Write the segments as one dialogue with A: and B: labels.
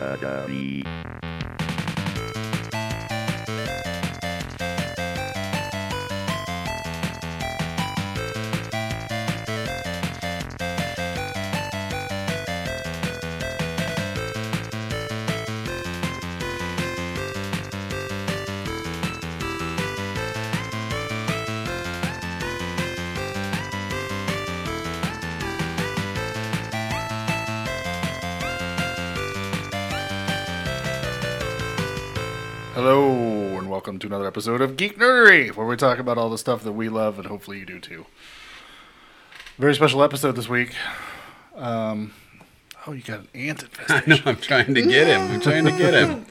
A: Academy.
B: Hello, and welcome to another episode of Geek Nerdery, where we talk about all the stuff that we love, and hopefully you do too. Very special episode this week. Um, oh, you got an ant
C: I
B: infestation.
C: know. I'm trying to get him. I'm trying to get him.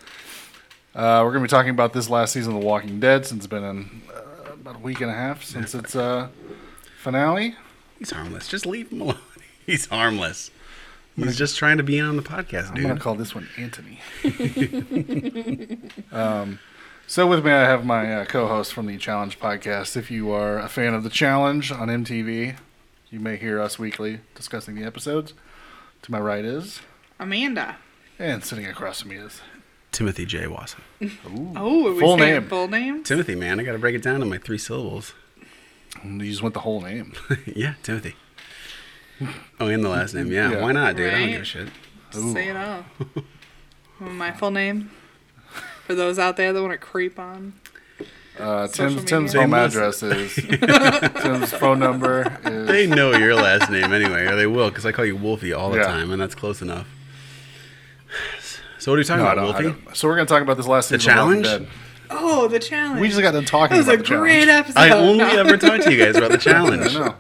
B: Uh, we're going to be talking about this last season of The Walking Dead, since it's been in, uh, about a week and a half since its uh, finale.
C: He's harmless. Just leave him alone. He's harmless. He's just trying to be on the podcast,
B: I'm going
C: dude.
B: to call this one Anthony. um, so with me, I have my uh, co-host from the Challenge podcast. If you are a fan of the Challenge on MTV, you may hear us weekly discussing the episodes. To my right is,
D: Amanda.
B: and sitting across from me is.
C: Timothy J. Watson.
D: Oh, are we
B: Full
D: saying
B: name.
D: full name?
C: Timothy, man, I got to break it down to my three syllables.
B: You just went the whole name.
C: yeah, Timothy. Oh, and the last name. Yeah,
B: Yeah.
C: why not, dude? I don't give a
D: Right.
C: shit.
D: Say it all. My full name. For those out there that want to creep on.
B: Uh,
D: Social
B: Tim's,
D: media.
B: Tim's home
C: Shameless.
B: address is. Tim's phone number is.
C: They know your last name anyway, or they will, because I call you Wolfie all the
B: Yeah.
C: time, and that's close enough. So what are you talking
B: No, I
C: about,
B: don't- I
C: Wolfie?
B: don't- so we're gonna talk about this last
C: The
B: season. of Walking
C: Challenge?
D: Oh, the challenge.
B: Dead. We just got done talking
D: that was
B: about
D: a
B: the
D: great
B: challenge.
D: episode.
C: I only
D: No.
C: ever talk to you guys about the
B: I
C: challenge.
B: know.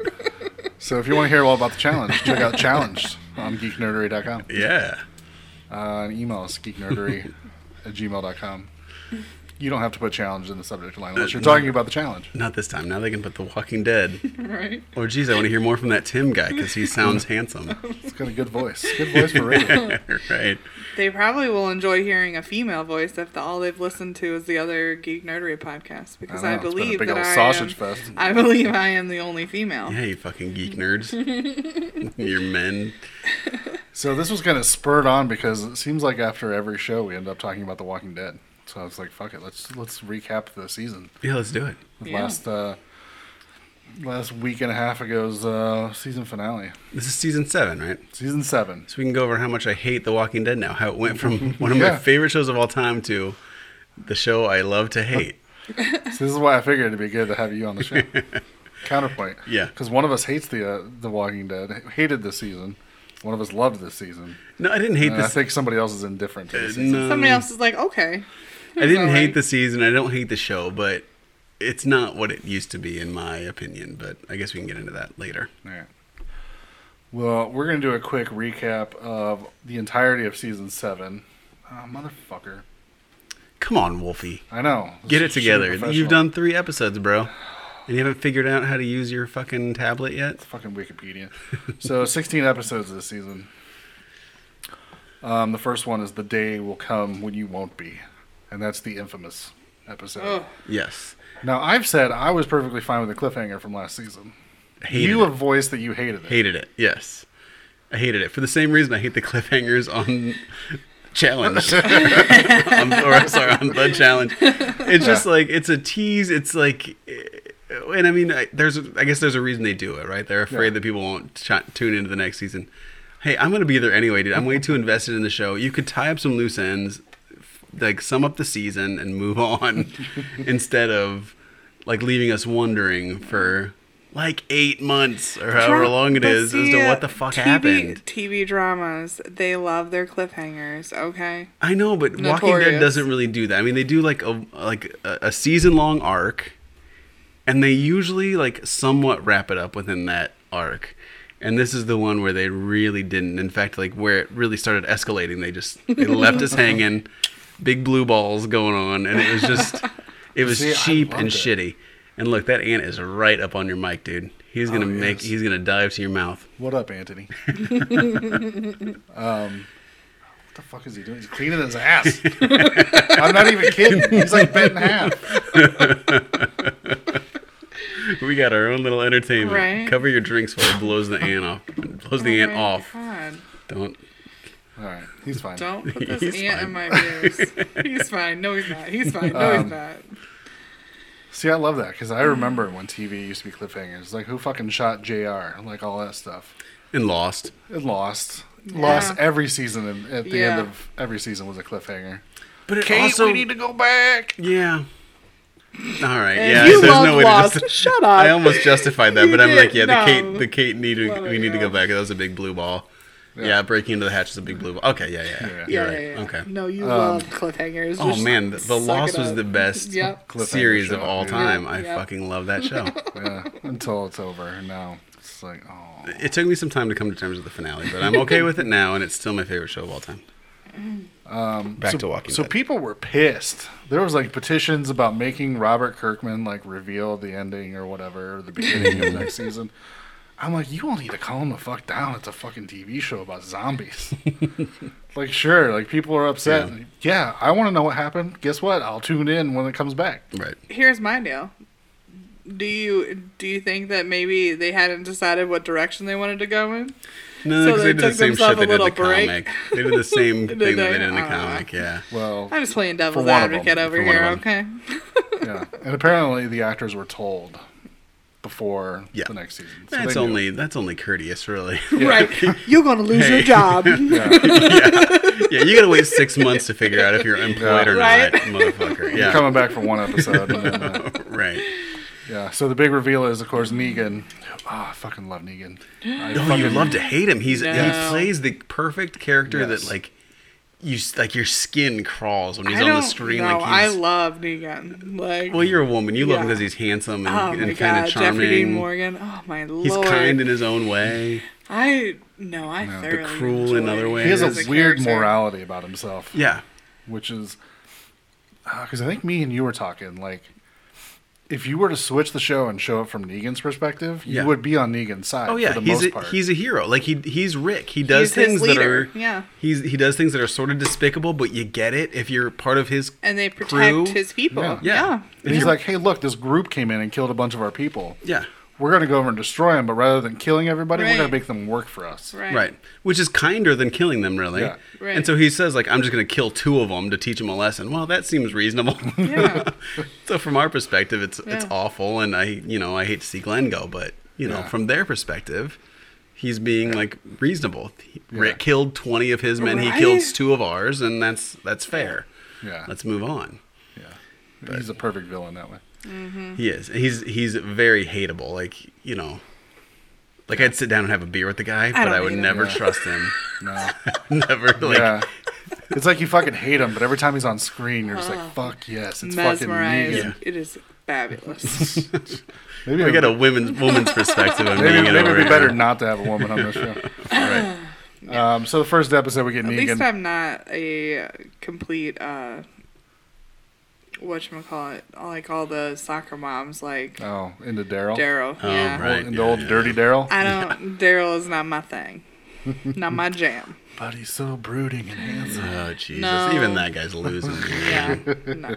B: So if you want to hear all about the challenge, check out Challenge on geeknerdery.com.
C: Yeah.
B: Uh, and email us geeknerdery at gmail.com. You don't have to put challenge in the subject line unless you're talking about the challenge.
C: Not this time. Now they can put The Walking Dead.
D: Right.
C: Or Oh, geez, I want to hear more from that Tim guy because he sounds handsome.
B: It's got a good voice. Good voice for radio.
C: right.
D: They probably will enjoy hearing a female voice if the, all they've listened to is the other Geek Nerdery podcast because
B: I know,
D: I,
B: it's been a
D: believe
B: big
D: that
B: old
D: I
B: sausage
D: am,
B: fest.
D: I believe I am the only female.
C: Yeah, you fucking geek nerds. You're men.
B: So this was kind of spurred on because it seems like after every show we end up talking about The Walking Dead. So I was like, fuck it, let's let's recap the season.
C: Yeah, let's do it.
D: Yeah.
B: Last uh, last week and a half ago's uh, season finale,
C: This is season seven, right?
B: season seven.
C: So we can go over how much I hate The Walking Dead now. How it went from one of
B: Yeah.
C: my favorite shows of all time to the show I love to hate.
B: So this is why I figured it'd be good to have you on the show. Counterpoint.
C: Yeah.
B: Because one of us hates the uh, the Walking Dead, hated this season. One of us loved this season.
C: No, I didn't hate
B: And I
C: this.
B: think somebody else is indifferent to this
C: uh,
B: season.
C: no,
D: Somebody else is like, okay.
C: I didn't
D: Alright.
C: hate the season. I don't hate the show, but it's not what it used to be in my opinion. But I guess we can get into that later.
B: All right. Well, we're gonna do a quick recap of the entirety of season seven. Ah, motherfucker.
C: Come on, Wolfie.
B: I know.
C: Get it
B: This is
C: together.
B: super
C: You've
B: professional.
C: done three episodes, bro. And you haven't figured out how to use your fucking tablet yet?
B: fucking Wikipedia. so, 16 episodes this season. Um, the first one is The Day Will Come When You Won't Be. And that's the infamous episode.
D: Ugh.
C: Yes.
B: Now, I've said I was perfectly fine with the cliffhanger from last season.
C: Hated
B: you
C: it.
B: have voiced that you hated it.
C: Hated it. Yes. I hated it. For the same reason I hate the cliffhangers on Challenge. on, or I'm sorry, on the Challenge. It's just
B: Yeah.
C: like, it's a tease. It's like, eh, and I mean, I, there's, I guess there's a reason they do it, right? They're afraid
B: Yeah.
C: that people won't ch- tune into the next season. Hey, I'm going to be there anyway, dude. I'm way too invested in the show. You could tie up some loose ends, like sum up the season and move on instead of like leaving us wondering for like eight months or however
D: Dra-
C: long it
D: but
C: is as to
D: see,
C: what the fuck
D: TV
C: happened.
D: TV dramas, they love their cliffhangers, okay?
C: I know, but Walking Dead
D: Notorious.
C: doesn't really do that. I mean, they do like a like a, a season long arc, and they usually like somewhat wrap it up within that arc. And this is the one where they really didn't. In fact, like where it really started escalating, they just they left us hanging, big blue balls going on, and it was just it was
B: See, I
C: cheap
B: loved
C: and
B: it.
C: shitty. And look, that ant is right up on your mic, dude. He's gonna
B: Oh, he
C: make
B: is.
C: he's gonna dive to your mouth.
B: What up, Anthony? um, what the fuck is he doing? He's cleaning his ass. I'm not even kidding. He's like bent in half.
C: We got our own little entertainment.
D: Right.
C: Cover your drinks while it blows the ant off. Blows the
D: Oh
C: ant
D: my
C: off.
D: God.
C: Don't.
B: All right, he's fine.
D: Don't put this
C: He's fine.
D: ant
C: Um,
D: in my ears. he's fine. No, he's not. He's fine. No, he's not.
B: See, I love that because I remember when TV used to be cliffhangers. Like, who fucking shot Jr. Like all that stuff.
C: And Lost.
B: It lost. Lost
D: Yeah.
B: every season. And at the
D: Yeah.
B: end of every season was a cliffhanger.
C: But it
B: Kate,
C: also
B: we need to go back.
C: yeah. All right,
D: And
C: yeah.
D: you
C: there's
D: loved
C: no way
D: Lost.
C: to just,
D: Shut up.
C: I almost justified that,
D: You
C: but I'm like, yeah,
D: did-
C: the Kate,
D: no.
C: the Kate need to,
D: Let
C: we
D: it
C: need to
D: go.
C: go back. That was a big blue ball. Yeah, breaking into the hatch is a big blue ball. Okay, yeah, yeah,
B: Yeah.
C: yeah.
D: yeah,
C: You're right.
D: yeah, yeah.
C: Okay.
D: No, you love cliffhangers.
C: Oh
D: Just
C: man, the, the
D: suck it
C: Lost was
D: up.
C: the best
D: Yep.
B: Cliffhanger
C: series
B: show,
C: of all
B: dude.
C: time.
D: Yeah,
C: I
D: yeah.
C: fucking love that show.
B: Yeah, until it's over. And now it's like, oh.
C: it took me some time to come to terms with the finale, but I'm okay with it now, and it's still my favorite show of all time. Um, Back
B: so,
C: to Walking
B: So
C: Dead.
B: people were pissed. There was like petitions about making Robert Kirkman like reveal the ending or whatever, or the beginning of next season. I'm like, you all need to calm the fuck down. It's a fucking TV show about zombies. like, sure, like people are upset. Yeah,
C: Yeah.
B: I want to know what happened. Guess what? I'll tune in when it comes back.
C: right.
D: Here's my deal. Do you do you think that maybe they hadn't decided what direction they wanted to go in?
C: No,
D: So
C: because
D: they
C: they did the
D: took
C: same shit
D: themselves
C: they
D: a
C: did in the
D: little break.
C: comic. They did the same
D: Did Uh-huh.
C: thing that
D: they?
C: they did in the
D: I don't know.
C: comic. Yeah.
B: Well,
D: I'm just playing
B: one
D: devil's
B: of 'em.
D: advocate over
C: For one
D: here.
C: of
D: Okay.
B: yeah. And apparently the actors were told before
C: Yeah.
B: the next season. So
C: That's
B: they knew.
C: only that's only courteous, really.
D: Right. You're gonna lose your job.
C: yeah, you gotta wait six months to figure out if you're employed or
D: Right.
C: not, motherfucker.
B: You're
C: Yeah,
B: coming back for one episode. and then, uh,
C: right.
B: Yeah, so the big reveal is, of course, Negan. Ah, I fucking love Negan. I
C: No,
B: fucking-
C: you love to hate him. He's
D: No.
C: he plays the perfect character
B: Yes.
C: that like you s- like your skin crawls when he's
D: I
C: on the
D: don't
C: screen.
D: know.
C: like
D: I
C: he's,
D: love Negan. Like,
C: well, you're a woman. You love him
D: Yeah.
C: because he's handsome and,
D: oh my
C: and kind
D: god,
C: of
D: Jeffrey Dean
C: charming.
D: Morgan. Oh my
C: He's
D: lord.
C: kind in his own way.
D: I no, I thoroughly
C: cruel in
D: enjoy
C: other
D: him
C: ways.
B: He has
D: as
B: a weird
D: character.
B: morality about himself,
C: Yeah,
B: which is because I think me and you were talking like if you were to switch the show and show it from Negan's perspective,
C: Yeah.
B: you would be on Negan's side.
C: Oh yeah,
B: for the
C: he's
B: most
C: a,
B: part.
C: he's a hero. Like he he's Rick. He does
D: He's his
C: things that
D: leader,
C: are
D: yeah.
C: He's he does things that are sort of despicable, but you get it if you're part of his
D: and they protect
C: crew.
D: his people.
B: Yeah.
D: Yeah.
C: yeah.
B: And he's like, hey, look, this group came in and killed a bunch of our people.
C: yeah.
B: We're gonna go over and destroy them, but rather than killing everybody, we're gonna
D: Right.
B: make them work for us.
D: Right.
C: Right. Which is kinder than killing them, really.
B: Yeah.
D: Right.
C: And so he says, like, I'm just going to kill two of them to teach them a lesson. Well, that seems reasonable.
D: Yeah.
C: so from our perspective, it's it's
D: Yeah.
C: awful, and I, you know, I hate to see Glenn go, but you know,
B: Yeah.
C: from their perspective, he's being like reasonable. He- Rick killed 20 of his men. He
D: Right?
C: killed two of ours, and that's that's fair.
B: Yeah.
C: Let's move on.
B: Yeah, he's a perfect villain that way.
D: Mm.
C: He is. He's he's very hateable. Like you know, like I'd sit down and have a beer with the guy, but
D: don't
C: I would
D: hate him.
C: never
B: Yeah.
C: trust him.
B: No.
C: never like
B: yeah. It's like you fucking hate him, but every time he's on screen, you're just like, "Fuck yes, it's
D: Mesmerized.
B: fucking Negan."
D: It is fabulous.
B: Maybe
C: we got a women's woman's perspective on
B: maybe,
C: being
B: maybe it'd be
C: over
B: better not to have a woman on the show.
C: Right.
B: Um, so the first episode we get
D: At least
B: Negan.
D: I'm not a complete uh whatchamacallit, like all the soccer moms like
B: Oh, into Daryl.
D: Daryl.
C: Oh,
D: yeah.
C: right.
B: Into
C: yeah,
B: old
C: yeah.
B: dirty Daryl.
D: I don't Daryl is not my thing. not my jam.
B: But he's so brooding and handsome.
C: Oh Jesus!
D: No.
C: Even that guy's losing. me.
D: Yeah. no.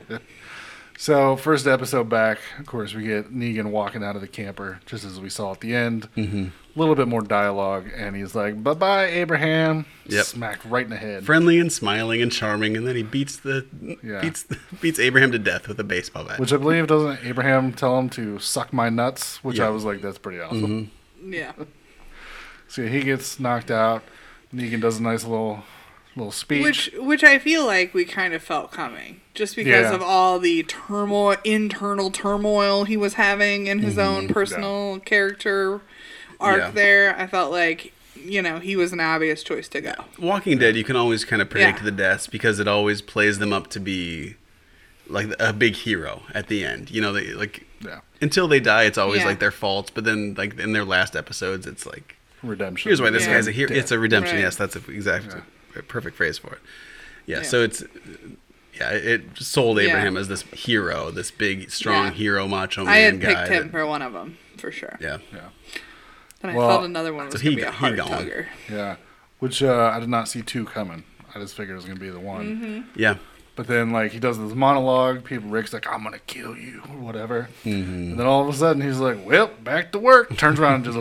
B: So first episode back, of course, we get Negan walking out of the camper, just as we saw at the end. A
C: Mm-hmm.
B: little bit more dialogue, and he's like, "Bye bye, Abraham."
C: Yep.
B: Smacked right in the head.
C: Friendly and smiling and charming, and then he beats the
B: Yeah.
C: beats beats Abraham to death with a baseball bat.
B: which I believe doesn't Abraham tell him to suck my nuts, which
C: Yeah. Mm-hmm.
B: I was like, that's pretty awesome.
D: Yeah.
B: So he gets knocked out. Negan does a nice little little speech.
D: Which which I feel like we kind of felt coming just because
B: Yeah.
D: of all the turmoil internal turmoil he was having in his own personal character arc
C: Mm-hmm. Yeah.
D: there. I felt like you know, he was an obvious choice to go.
C: Walking Dead, you can always kind of predict
D: Yeah.
C: the deaths because it always plays them up to be like a big hero at the end. You know, they like
B: yeah,
C: until they die, it's always
D: Yeah.
C: like their faults. But then, like in their last episodes, it's like
B: redemption.
C: here's why this
D: Yeah.
C: guy's a hero. It's a redemption.
D: Right.
C: Yes, that's a, exactly a perfect phrase for it. Yeah,
D: Yeah.
C: So it's yeah, it sold
D: Yeah.
C: Abraham as this hero, this big, strong
D: Yeah.
C: hero, macho man
D: I had
C: guy.
D: picked him
C: that-
D: for one of them for sure.
C: yeah.
B: Yeah,
D: And I
B: Well,
D: felt another one was
C: so he
D: gonna be a
C: got- he
D: hard
C: got one.
D: tugger.
B: yeah. Which uh, I did not see two coming. I just figured it was gonna be the one.
D: Mm-hmm.
C: Yeah.
B: But then like he does this monologue. People Rick's like, I'm gonna
C: Mm-hmm.
B: kill you or whatever. And then all of a sudden he's like, Well, back to work. Turns around and just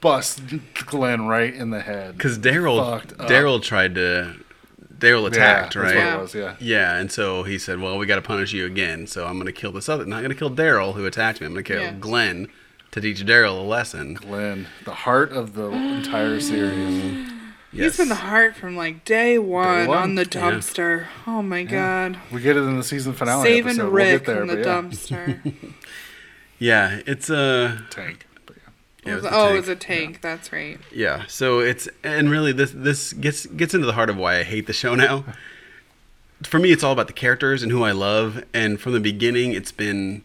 B: bust Glenn right in the head.
C: Because Daryl
B: Fucked up.
C: Daryl tried to Daryl attacked,
B: yeah,
C: right?
B: That's what it was, yeah.
C: Yeah, and so he said, "Well, we got to punish you again. So I'm going to kill this other. Not going to kill Daryl who attacked me. I'm going to kill
D: Yeah.
C: Glenn to teach Daryl a lesson."
B: Glenn, the heart of the entire series.
C: Yes.
D: He's been the heart from like day one,
B: one?
D: on the
B: Yeah.
D: dumpster. Oh my god.
B: We get it in the season finale
D: Saving
B: episode. we'll
D: Rick
B: get there,
D: from the
B: but yeah.
D: dumpster.
C: yeah, it's uh, a.
B: Tank. But yeah.
C: Yeah,
D: Was-
C: it's a
D: oh,
C: tank.
D: it was a tank. That's right.
C: Yeah, so it's and really this this gets gets into the heart of why I hate the show now. For me, it's all about the characters and who I love, and from the beginning, it's been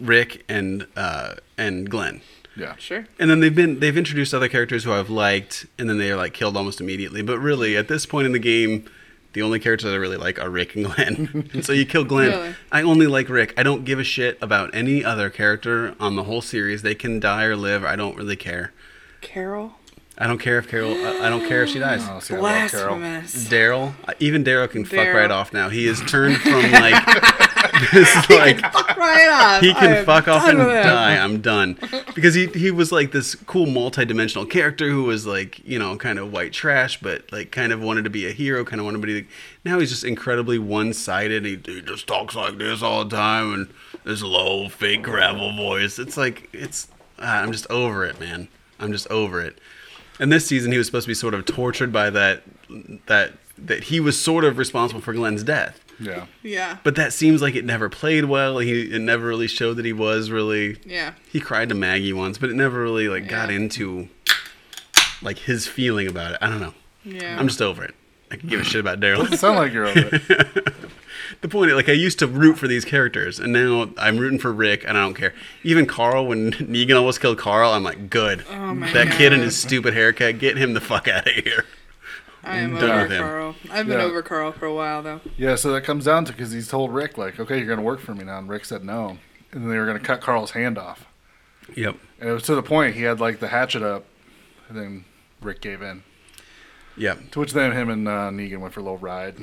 C: Rick and uh, and Glenn,
B: Yeah.
D: Sure.
C: and then they've been they've introduced other characters who I've liked, and then they are like killed almost immediately. But really, at this point in the game, the only characters I really like are Rick and Glenn. and so you kill Glenn.
D: Really?
C: I only like Rick. I don't give a shit about any other character on the whole series. They can die or live. I don't really care.
D: Carol.
C: I don't care if Carol. I I don't care if she dies.
B: Oh, see, I love Carol.
D: Blasphemous.
C: Daryl, even Daryl can fuck
D: Daryl.
C: right off now. He has turned from like this, like
D: Fuck right off.
C: he
D: I
C: can
D: am
C: fuck off
D: done
C: and
D: with him.
C: die. I'm done because he he was like this cool multi-dimensional character who was like you know kind of white trash, but like kind of wanted to be a hero, kind of wanted to be. Now he's just incredibly one-sided. He, he just talks like this all the time and this low fake gravel voice. It's like it's ah, I'm just over it, man. I'm just over it. And this season, he was supposed to be sort of tortured by that that that he was sort of responsible for Glenn's death.
B: Yeah.
D: Yeah.
C: But that seems like it never played well. He it never really showed that he was really.
D: Yeah.
C: He cried to Maggie once, but it never really like got
D: Yeah.
C: into like his feeling about it. I don't know.
D: Yeah.
C: I'm just over it. I can give a shit about
B: Doesn't
C: Daryl.
B: sound like you're over it.
C: the point, is, like I used to root for these characters, and now I'm rooting for Rick, and I don't care. Even Carl, when Negan almost killed Carl, I'm like, good.
D: Oh my
C: that kid and
D: God.
C: his stupid haircut, get him the fuck out of here.
D: I am
C: done
D: over
C: with him.
D: Carl. I've been
B: Yeah.
D: over Carl for a while though.
B: Yeah, so that comes down to because he's told Rick, like, okay, you're going to work for me now. And Rick said no. And then they were going to cut Carl's hand off.
C: Yep.
B: And it was to the point he had, like, the hatchet up. And then Rick gave in.
C: Yep.
B: To which then him and uh, Negan went for a little ride.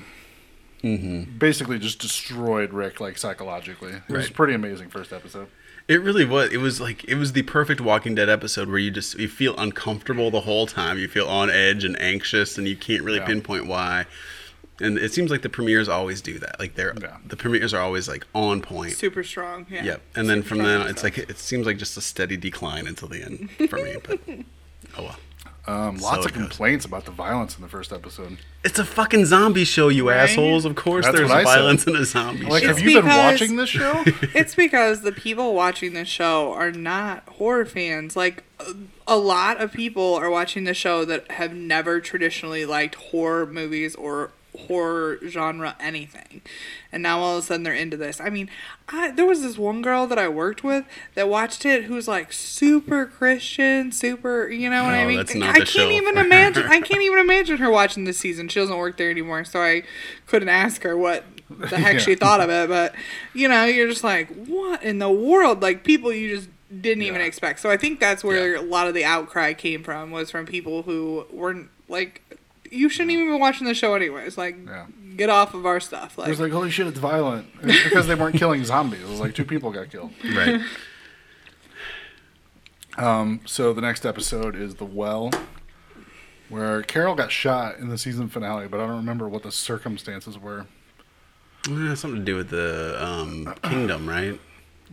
B: Mm-hmm. Basically, just destroyed Rick, like, psychologically. It was
C: Right.
B: pretty amazing first episode.
C: It really was. It was like it was the perfect Walking Dead episode where you just you feel uncomfortable the whole time. You feel on edge and anxious, and you can't really
B: Yeah.
C: pinpoint why. And it seems like the premieres always do that. Like they're
B: Yeah.
C: the premieres are always like on point.
D: Super strong. Yeah.
C: Yep. And then
D: Super
C: from
D: strong
C: then
D: and
C: on, it's
D: stuff.
C: like it seems like just a steady decline until the end for me. But oh well.
B: Um, lots
C: So
B: of
C: it goes.
B: complaints about the violence in the first episode.
C: It's a fucking zombie show, you
D: Right?
C: assholes. Of course,
B: That's
C: there's
B: what I said.
C: violence in a zombie
B: Like,
C: show.
B: have you been
D: because-
B: watching this show?
D: It's because the people watching the show are not horror fans. Like, a- a lot of people are watching the show that have never traditionally liked horror movies or horror genre anything. And now all of a sudden they're into this. I mean, I, there was this one girl that I worked with that watched it who's like super Christian, super, you know what I
C: No,
D: mean?
C: that's not
D: I
C: the
D: can't
C: show.
D: even imagine. I can't even imagine her watching this season. She doesn't work there anymore, so I couldn't ask her what the heck she
B: Yeah.
D: thought of it. But you know, you're just like, what in the world? Like people you just didn't even
B: Yeah.
D: expect. So I think that's where a lot of the outcry came from was from people who weren't like, you shouldn't even be watching the show anyways. Like,
B: Yeah.
D: get off of our stuff.
B: It
D: Like,
B: was like, holy shit, it's violent. And It's because they weren't killing zombies. It was like two people got killed.
C: right.
B: Um, So the next episode is The Well, where Carol got shot in the season finale, but I don't remember what the circumstances were.
C: Eh, something to do with the um, kingdom, right?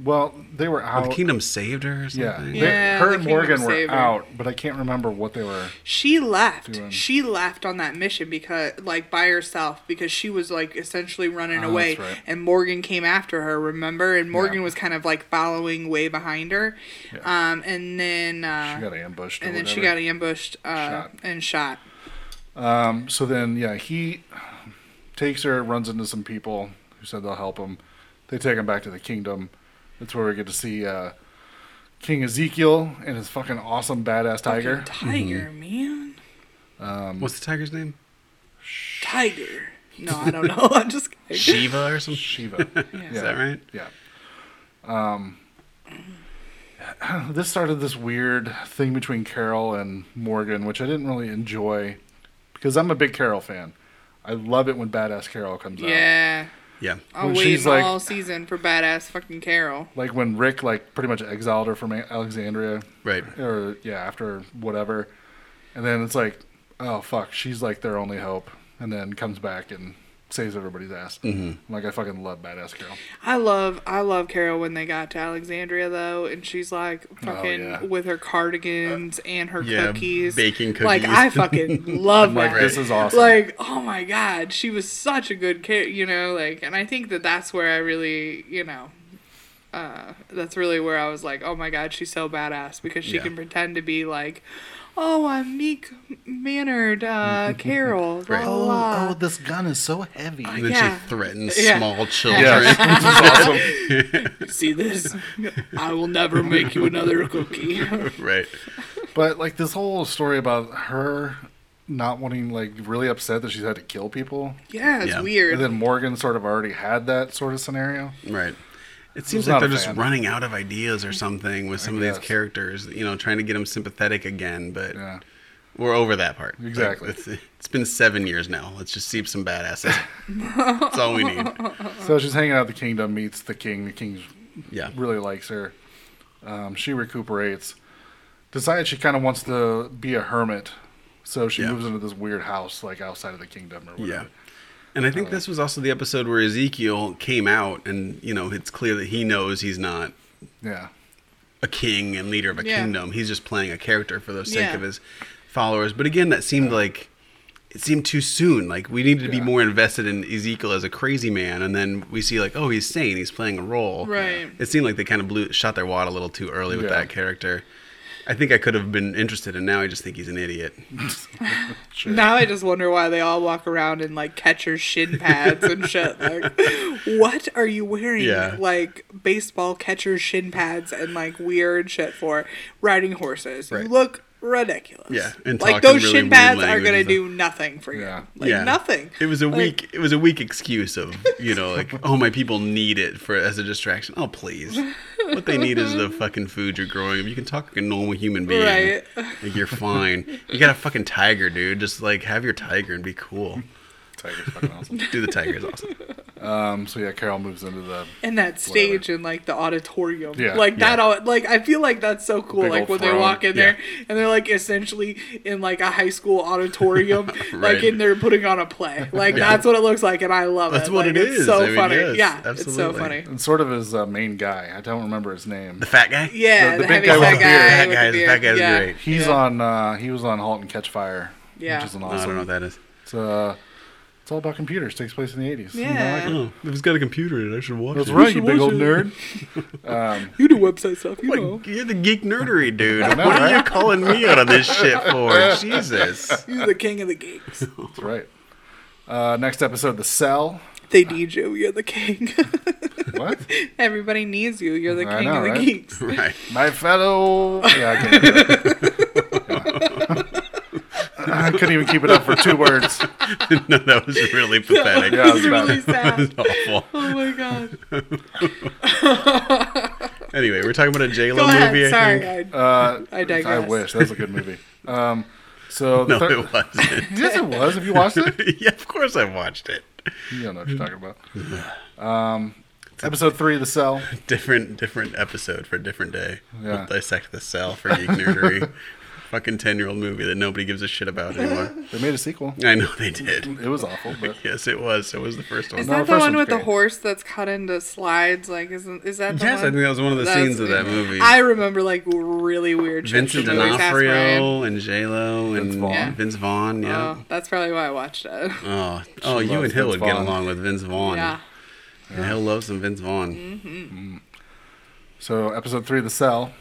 B: Well, they were
C: The
B: out.
C: kingdom saved her. Or
B: Oh. Yeah.
C: something?
B: They-
D: Yeah,
B: her
D: the
B: and
D: kingdom
B: Morgan were
D: saver.
B: out, but I can't remember what they were.
D: she left
B: Doing-
D: she left on that mission because like by herself because she was like essentially running
B: Oh,
D: away
B: that's right.
D: and morgan came after her remember and morgan
B: Yeah.
D: was kind of like following way behind her
B: Yeah.
D: um and then uh
B: She got ambushed. Or
D: and then she got
B: whatever.
D: ambushed uh
B: Shot.
D: and shot
B: Um, so then, yeah, he takes her, runs into some people who said they'll help him. They take him back to the kingdom. That's where we get to see uh, King Ezekiel and his fucking awesome badass tiger.
D: Fucking tiger man
B: Um,
C: What's the tiger's name?
D: tiger no i don't know i'm just kidding
C: Shiva or something.
B: Shiva.
D: Yeah.
C: Is that right?
B: Yeah. Um, this started this weird thing between Carol and Morgan, which I didn't really enjoy because I'm a big Carol fan. I love it when badass Carol comes out.
D: yeah
C: Yeah.
D: I'll
B: When
D: wait
B: she's like-
D: all season for badass fucking Carol.
B: Like when Rick like pretty much exiled her from A- Alexandria.
C: Right.
B: Or yeah, after whatever. And then it's like, oh fuck, she's like their only hope. And then comes back and saves everybody's ass. Mm-hmm. Like I fucking love badass girl.
D: I love I love Carol when they got to Alexandria though, and she's like fucking
B: yeah.
D: with her cardigans and her
C: yeah,
D: cookies,
C: baking
D: Like
C: cookies.
D: I fucking love
B: Like
D: that.
B: this is awesome.
D: Like oh my god, she was such a good kid, you know. Like, and I think that that's where I really, you know, uh, that's really where I was like, oh my god, she's so badass because she
C: Yeah.
D: can pretend to be like. Oh, I'm meek mannered, uh, Carol.
C: Right.
D: la, la, la."
B: Oh, this gun is so heavy.
C: And then
D: Yeah.
C: she threatens
D: Yeah.
C: small children.
B: Yes, this is awesome.
D: oh, See this? I will never make you another cookie.
C: Right.
B: But like this whole story about her not wanting, like, really upset that she's had to kill people,
D: Yeah, it's
C: Yeah.
D: weird.
B: and then Morgan sort of already had that sort of scenario.
C: Right. It seems
B: not
C: like
B: a
C: they're just
B: fan.
C: running out of ideas or something with some of these
B: guess.
C: characters, you know, trying to get them sympathetic again, but
B: Yeah.
C: we're over that part. Like,
B: Exactly.
C: it's, it's been seven years now. Let's just see some badasses. That's all we need.
B: So she's hanging out. The kingdom meets the king. The king
C: Yeah.
B: really likes her. Um, she recuperates. Decides she kind of wants to be a hermit, so she
C: Yeah.
B: moves into this weird house like outside of the kingdom or
C: Yeah.
B: whatever.
C: And I think
B: Uh.
C: this was also the episode where Ezekiel came out, and, you know, it's clear that he knows he's not
B: Yeah.
C: a king and leader of a
D: Yeah.
C: kingdom. He's just playing a character for the sake
D: Yeah.
C: of his followers. But again, that seemed like it seemed too soon. Like we needed to be
B: Yeah.
C: more invested in Ezekiel as a crazy man, and then we see like, oh, he's sane. He's playing a role.
D: Right.
C: It seemed like they kind of blew shot their wad a little too early with
B: Yeah.
C: that character. I think I could have been interested, and now I just think he's an idiot.
B: Sure.
D: now I just wonder why they all walk around in like catcher's shin pads and shit. Like, what are you wearing?
C: Yeah.
D: Like baseball catcher's shin pads and like weird shit for riding horses.
C: Right.
D: You look ridiculous.
C: Yeah, and
D: like
C: talking
D: those
C: really
D: shin
C: weird
D: pads are
C: language
D: gonna
C: and
D: do nothing for you.
B: Yeah.
D: Like nothing.
C: It was a
D: Like,
C: weak. It was a weak excuse of you know like oh my people need it for as a distraction. Oh please, what they need is the fucking food you're growing. You can talk like a normal human being.
D: Right.
C: Like, you're fine. You got a fucking tiger, dude. Just like have your tiger and be cool.
B: Tiger's fucking awesome.
C: Dude, the tiger is awesome.
B: Um, so yeah, Carol moves into the
D: And that stage and like the auditorium,
B: Yeah.
D: like that.
C: Yeah.
D: All, like I feel like that's so cool.
B: Big
D: Like
B: old
D: when they
B: throne.
D: walk in there and they're like essentially in like a high school auditorium, like
C: Right.
D: in there putting on a play. Like
C: Yeah.
D: that's what it looks like, and I love
C: That's
D: it.
C: what
D: like,
C: it
D: it's
C: is.
D: So
C: I mean,
D: funny.
C: yes,
D: yeah, it's so
C: absolutely.
D: funny.
B: and sort of his uh, main guy. I don't remember his name.
C: The fat guy.
D: Yeah,
B: The-
D: the,
B: the big
D: heavy
B: guy with
D: fat
B: the
D: guy.
B: beard.
C: That
D: with
C: guy
D: the
C: is-
D: beard.
C: that guy is
D: yeah.
C: great.
B: He's
D: Yeah.
B: on. Uh, he was on *Halt and Catch Fire*,
D: Yeah.
B: which is an
C: No, I
B: awesome.
C: don't know what that is.
B: It's uh, it's all about computers. Takes place in the eighties.
D: Yeah.
C: Oh, if it's got a computer in it, I should watch
B: That's
C: it.
B: right, you big old nerd.
D: You do website stuff, you
C: Like,
D: know.
C: you're the geek nerdery dude.
B: know,
C: what are you
B: right?
C: calling me out on this shit for? Jesus.
D: You're the king of the geeks.
B: That's right. Uh, next episode, the cell.
D: They need you. You're the king.
B: What?
D: Everybody needs you. You're the
B: I
D: king
B: know,
D: of the
B: right?
D: geeks.
C: Right.
B: My fellow. Yeah, I can't. do that. Yeah. I couldn't even keep it up for two words.
C: no, that was really pathetic.
B: Yeah, it was
D: it's
B: bad.
D: really
C: That was
D: sad.
C: awful.
D: Oh my god.
C: Anyway, we're talking about a J Lo
D: Go ahead.
C: movie. I
D: Sorry,
C: think.
D: I,
B: Uh,
D: I
B: I
D: digress.
B: wish that's a good movie. Um, so the
C: No,
B: third.
C: it wasn't.
B: Yes, it was. Have you watched it?
C: yeah, of course I watched it.
B: You don't know what you're talking about. Um, episode three, the cell.
C: Different, different episode for a different day.
B: Yeah.
C: We'll dissect the cell for geek nerdery. Fucking ten-year-old movie that nobody gives a shit about anymore.
B: They made a sequel.
C: I know they did.
B: It was awful, but
C: Yes, it was. So was the first one.
D: Is
B: No,
D: that
B: the
D: the
B: first
D: one
B: one's
D: with the
B: great.
D: horse that's cut into slides? Like, isn't is that the
C: yes, I
D: one?
C: think that was one of the
D: That's-
C: scenes of that movie.
D: I remember like really weird. shit
C: Vincent
D: from movies. That's why-
C: D'Onofrio and J Lo and
B: Vince Vaughn. Yeah.
C: Vince Vaughn. Yeah.
D: Oh, that's probably why I watched it.
C: Oh, oh, you
B: loves
C: and Hill
B: Vince
C: would get
B: Vaughn.
C: along with Vince Vaughn.
D: Yeah. Mm-hmm.
C: And Hill loves some Vince Vaughn.
B: so episode three, the cell.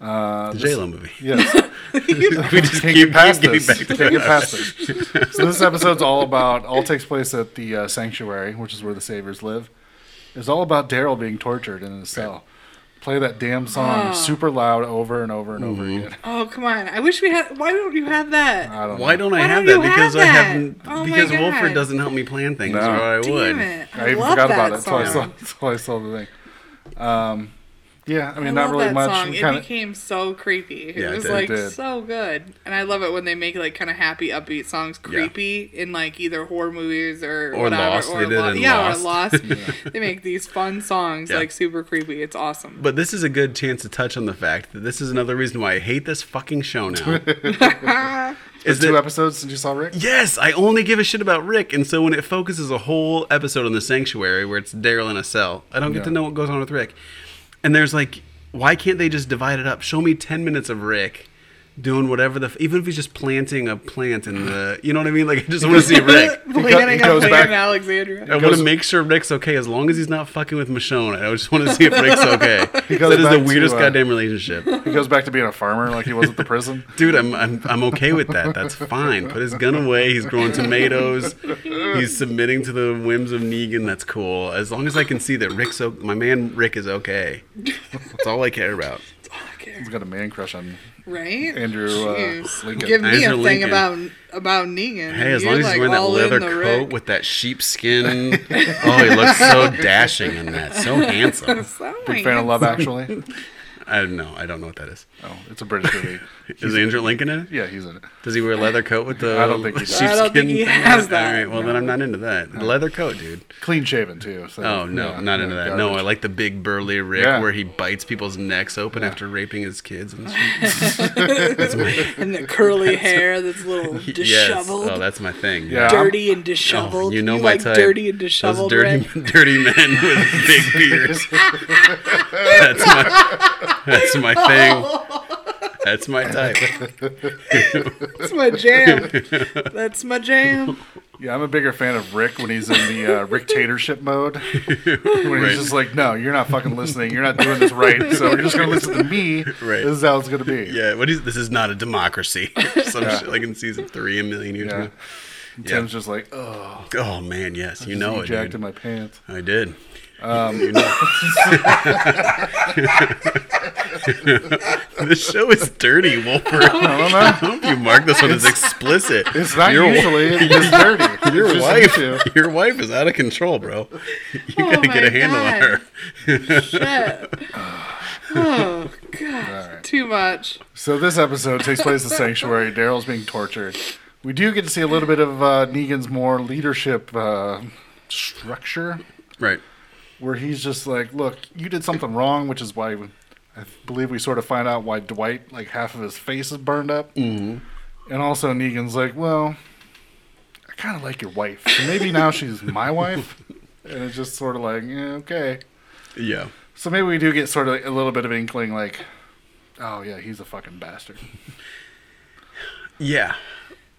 B: Uh,
C: The
B: this-
C: J Lo movie.
B: Yes.
C: we just
B: Can't
C: keep,
B: get past
C: keep
B: this.
C: getting back to
B: Can't get
C: that.
B: past this. So this episode's all about all takes place at the uh, sanctuary, which is where the saviors live. It's all about Daryl being tortured in his cell. Play that damn song super loud over and over and over again.
D: Oh come on! I wish we had. Why don't you have that?
B: I don't
C: Why
B: know.
C: don't I
D: Why
C: have
D: don't
C: that?
D: you
C: Because
D: have
C: I
D: that?
C: haven't.
D: Oh my
C: because
D: God.
C: Wilfred doesn't help me plan things,
B: No.
C: or I would.
D: Damn it! I,
B: I even
D: love
B: forgot
D: that
B: about it until
D: song.
B: I saw until I saw the thing. Um, Yeah, I mean,
D: I
B: not
D: love
B: really
D: that
B: much.
D: Song. It
B: Kinda-
D: became so creepy. It
C: Yeah, it
D: was
C: did. It
D: like
B: did.
D: so good, and I love it when they make like kind of happy, upbeat songs creepy in like either horror movies or
C: Or
D: whatever.
C: Lost. They did
D: Lo-
C: it in
D: yeah, or
C: Lost.
D: Lost. They make these fun songs
C: Yeah.
D: like super creepy. It's awesome.
C: But this is a good chance to touch on the fact that this is another reason why I hate this fucking show now. is
B: It's two
C: that,
B: episodes since you saw Rick?
C: yes, I only give a shit about Rick, and so when it focuses a whole episode on the sanctuary where it's Daryl in a cell, I don't get
B: Yeah.
C: to know what goes on with Rick. And there's like, why can't they just divide it up? Show me ten minutes of Rick doing whatever the f- even if he's just planting a plant in the, you know what I mean? Like I just want to see Rick.
D: Planning
B: goes
D: on
B: back-
D: playing Alexandria.
C: I want to make sure Rick's okay as long as he's not fucking with Michonne. I just want to see if Rick's okay.
B: goes
C: that is the
B: back to,
C: weirdest
B: uh,
C: goddamn relationship.
B: He goes back to being a farmer like he was at the prison.
C: Dude, I'm, I'm I'm okay with that. That's fine. Put his gun away. He's growing tomatoes. He's submitting to the whims of Negan. That's cool. As long as I can see that Rick's o- my man Rick is okay. That's all I care about.
B: He's got a man crush on.
D: Right?
B: Andrew, uh,
D: Jeez.
B: Lincoln.
D: Give me
C: Andrew
D: a thing
C: Lincoln.
D: about about Negan.
C: Hey, as
D: You're,
C: long as he's
D: like,
C: wearing that
D: all in
C: leather
D: the
C: coat
D: Rick.
C: with that sheepskin. oh, he looks so dashing in that. So handsome.
D: So
B: Big fan of Love Actually.
C: I don't know. I don't know what that is.
B: Oh, it's a British movie.
C: Is Andrew Lincoln in it?
B: Yeah, he's in it.
C: Does he wear a leather coat with the?
B: I don't think he does.
D: I don't think he
C: sheepskin thing?
D: has that,
C: All right, well then I'm not into that. Leather coat, dude.
B: Clean shaven too. So,
C: Oh no,
B: yeah,
C: not
B: yeah,
C: into that.
B: garbage.
C: No, I like the big burly Rick
B: Yeah.
C: where he bites people's necks open after raping his kids. And
D: and the curly hair that's a little
C: yes,
D: disheveled.
C: oh, that's my thing.
B: Yeah.
D: dirty and
C: Oh,
D: disheveled.
C: you know my
D: like
C: type.
D: dirty and disheveled.
C: Those dirty,
D: Rick?
C: dirty men with big beards. that's my, that's my thing. That's my type.
D: That's my jam. That's my jam.
B: Yeah, I'm a bigger fan of Rick when he's in the uh, Rictatorship mode. When
C: Right.
B: he's just like, no, you're not fucking listening. You're not doing this right. So you're just going to listen to me.
C: Right.
B: This is how it's going to be.
C: Yeah, what is this? Is not a democracy. Some shit like in season three, a million years
B: Yeah.
C: ago.
B: And Tim's just like, oh,
C: Oh man, yes, you know it.
B: jacked in
C: dude.
B: my pants.
C: I did.
B: Um,
C: this show is dirty, Wolford.
B: I don't know.
C: I hope you mark this one as explicit.
B: It's not
C: your,
B: usually. It's just dirty.
C: Your
B: It's just
C: wife,
B: you.
C: your wife is out of control, bro. You gotta
D: Oh my
C: get a handle on
D: God.
C: her.
D: Shit. Oh god. Too much.
B: So this episode takes place in Sanctuary. Daryl's being tortured. We do get to see a little bit of uh, Negan's more leadership uh, structure,
C: Right.
B: where he's just like, "Look, you did something wrong," which is why we, I believe we sort of find out why Dwight, like half of his face is burned up, mm-hmm. and also Negan's like, "Well, I kind of like your wife. So maybe now she's my wife," and it's just sort of like, yeah, "Okay."
C: Yeah.
B: So maybe we do get sort of like a little bit of inkling, like, "Oh yeah, he's a fucking bastard."
C: Yeah.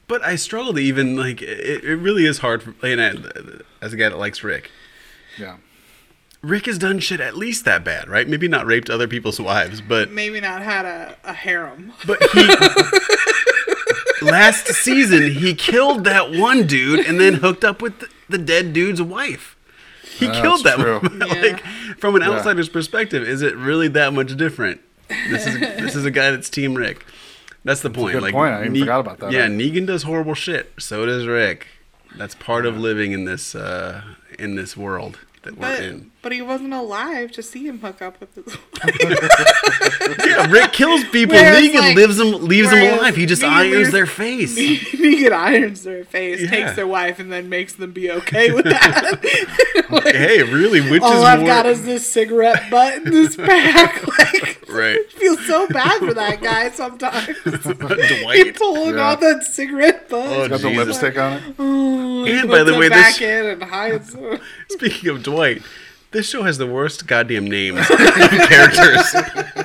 C: But I struggle to even like it, it really is hard for and I, as a guy that likes Rick.
B: Yeah.
C: Rick has done shit at least that bad, right? Maybe not raped other people's wives, but
D: Maybe not had a, a harem.
C: But he last season he killed that one dude and then hooked up with the, the dead dude's wife. He killed that.
B: That's
C: One.
B: true.
C: like from an outsider's perspective, is it really that much different? This is this is a guy that's Team Rick. That's the point.
B: good
C: like
B: point. I even forgot about that.
C: Yeah, Negan does horrible shit. So does Rick. That's part of living in this uh, in this world that we're
D: But
C: in.
D: but he wasn't alive to see him hook up with his
C: Yeah, Rick kills people.
D: Whereas,
C: Negan
D: like-
C: lives them leaves them
D: whereas
C: alive. He just
D: Negan
C: irons
D: leaves-
C: their face.
D: Negan irons their face,
C: Yeah.
D: takes their wife, and then makes them be okay with that. Like,
C: hey, really, which is
D: all I've
C: more
D: got is this cigarette butt in this pack. Like,
C: right?
D: I feel so bad for that guy sometimes. he
C: Dwight.
D: pulling
B: Yeah.
D: out that cigarette butt.
C: Oh,
B: Got the
C: Jesus.
B: lipstick on it.
D: Ooh, he
C: And
D: puts
C: by the
D: it
C: way,
D: back
C: this-
D: in and hides. it.
C: Speaking of Dwight, this show has the worst goddamn names of characters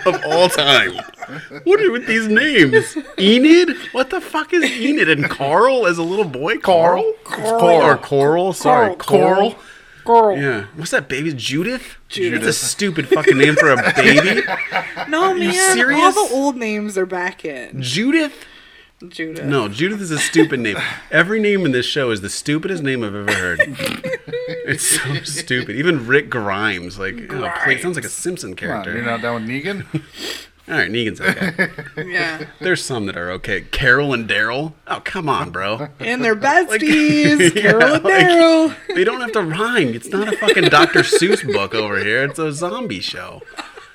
C: of all time. What are with these names? Enid? What the fuck is Enid? And Carl as a little boy? Carl?
B: Coral.
C: Or Coral? Sorry, Coral.
B: Coral.
D: Girl,
C: Yeah. What's that baby? Judith?
D: Judith.
C: That's a stupid fucking name for a baby.
D: no man, all
C: serious?
D: the old names are back in.
C: Judith?
D: Judith,
C: No, Judith is a stupid name. Every name in this show is the stupidest name I've ever heard. it's so stupid. Even Rick Grimes, like, oh, please, sounds like a Simpson
B: Come on,
C: character.
B: you're not down with Negan?
C: All right, Negan's okay.
D: yeah,
C: There's some that are okay. Carol and Daryl. Oh, come on, bro.
D: and their besties, Carol and
C: like-
D: Daryl.
C: They don't have to rhyme. It's not a fucking Dr. Seuss book over here. It's a zombie show.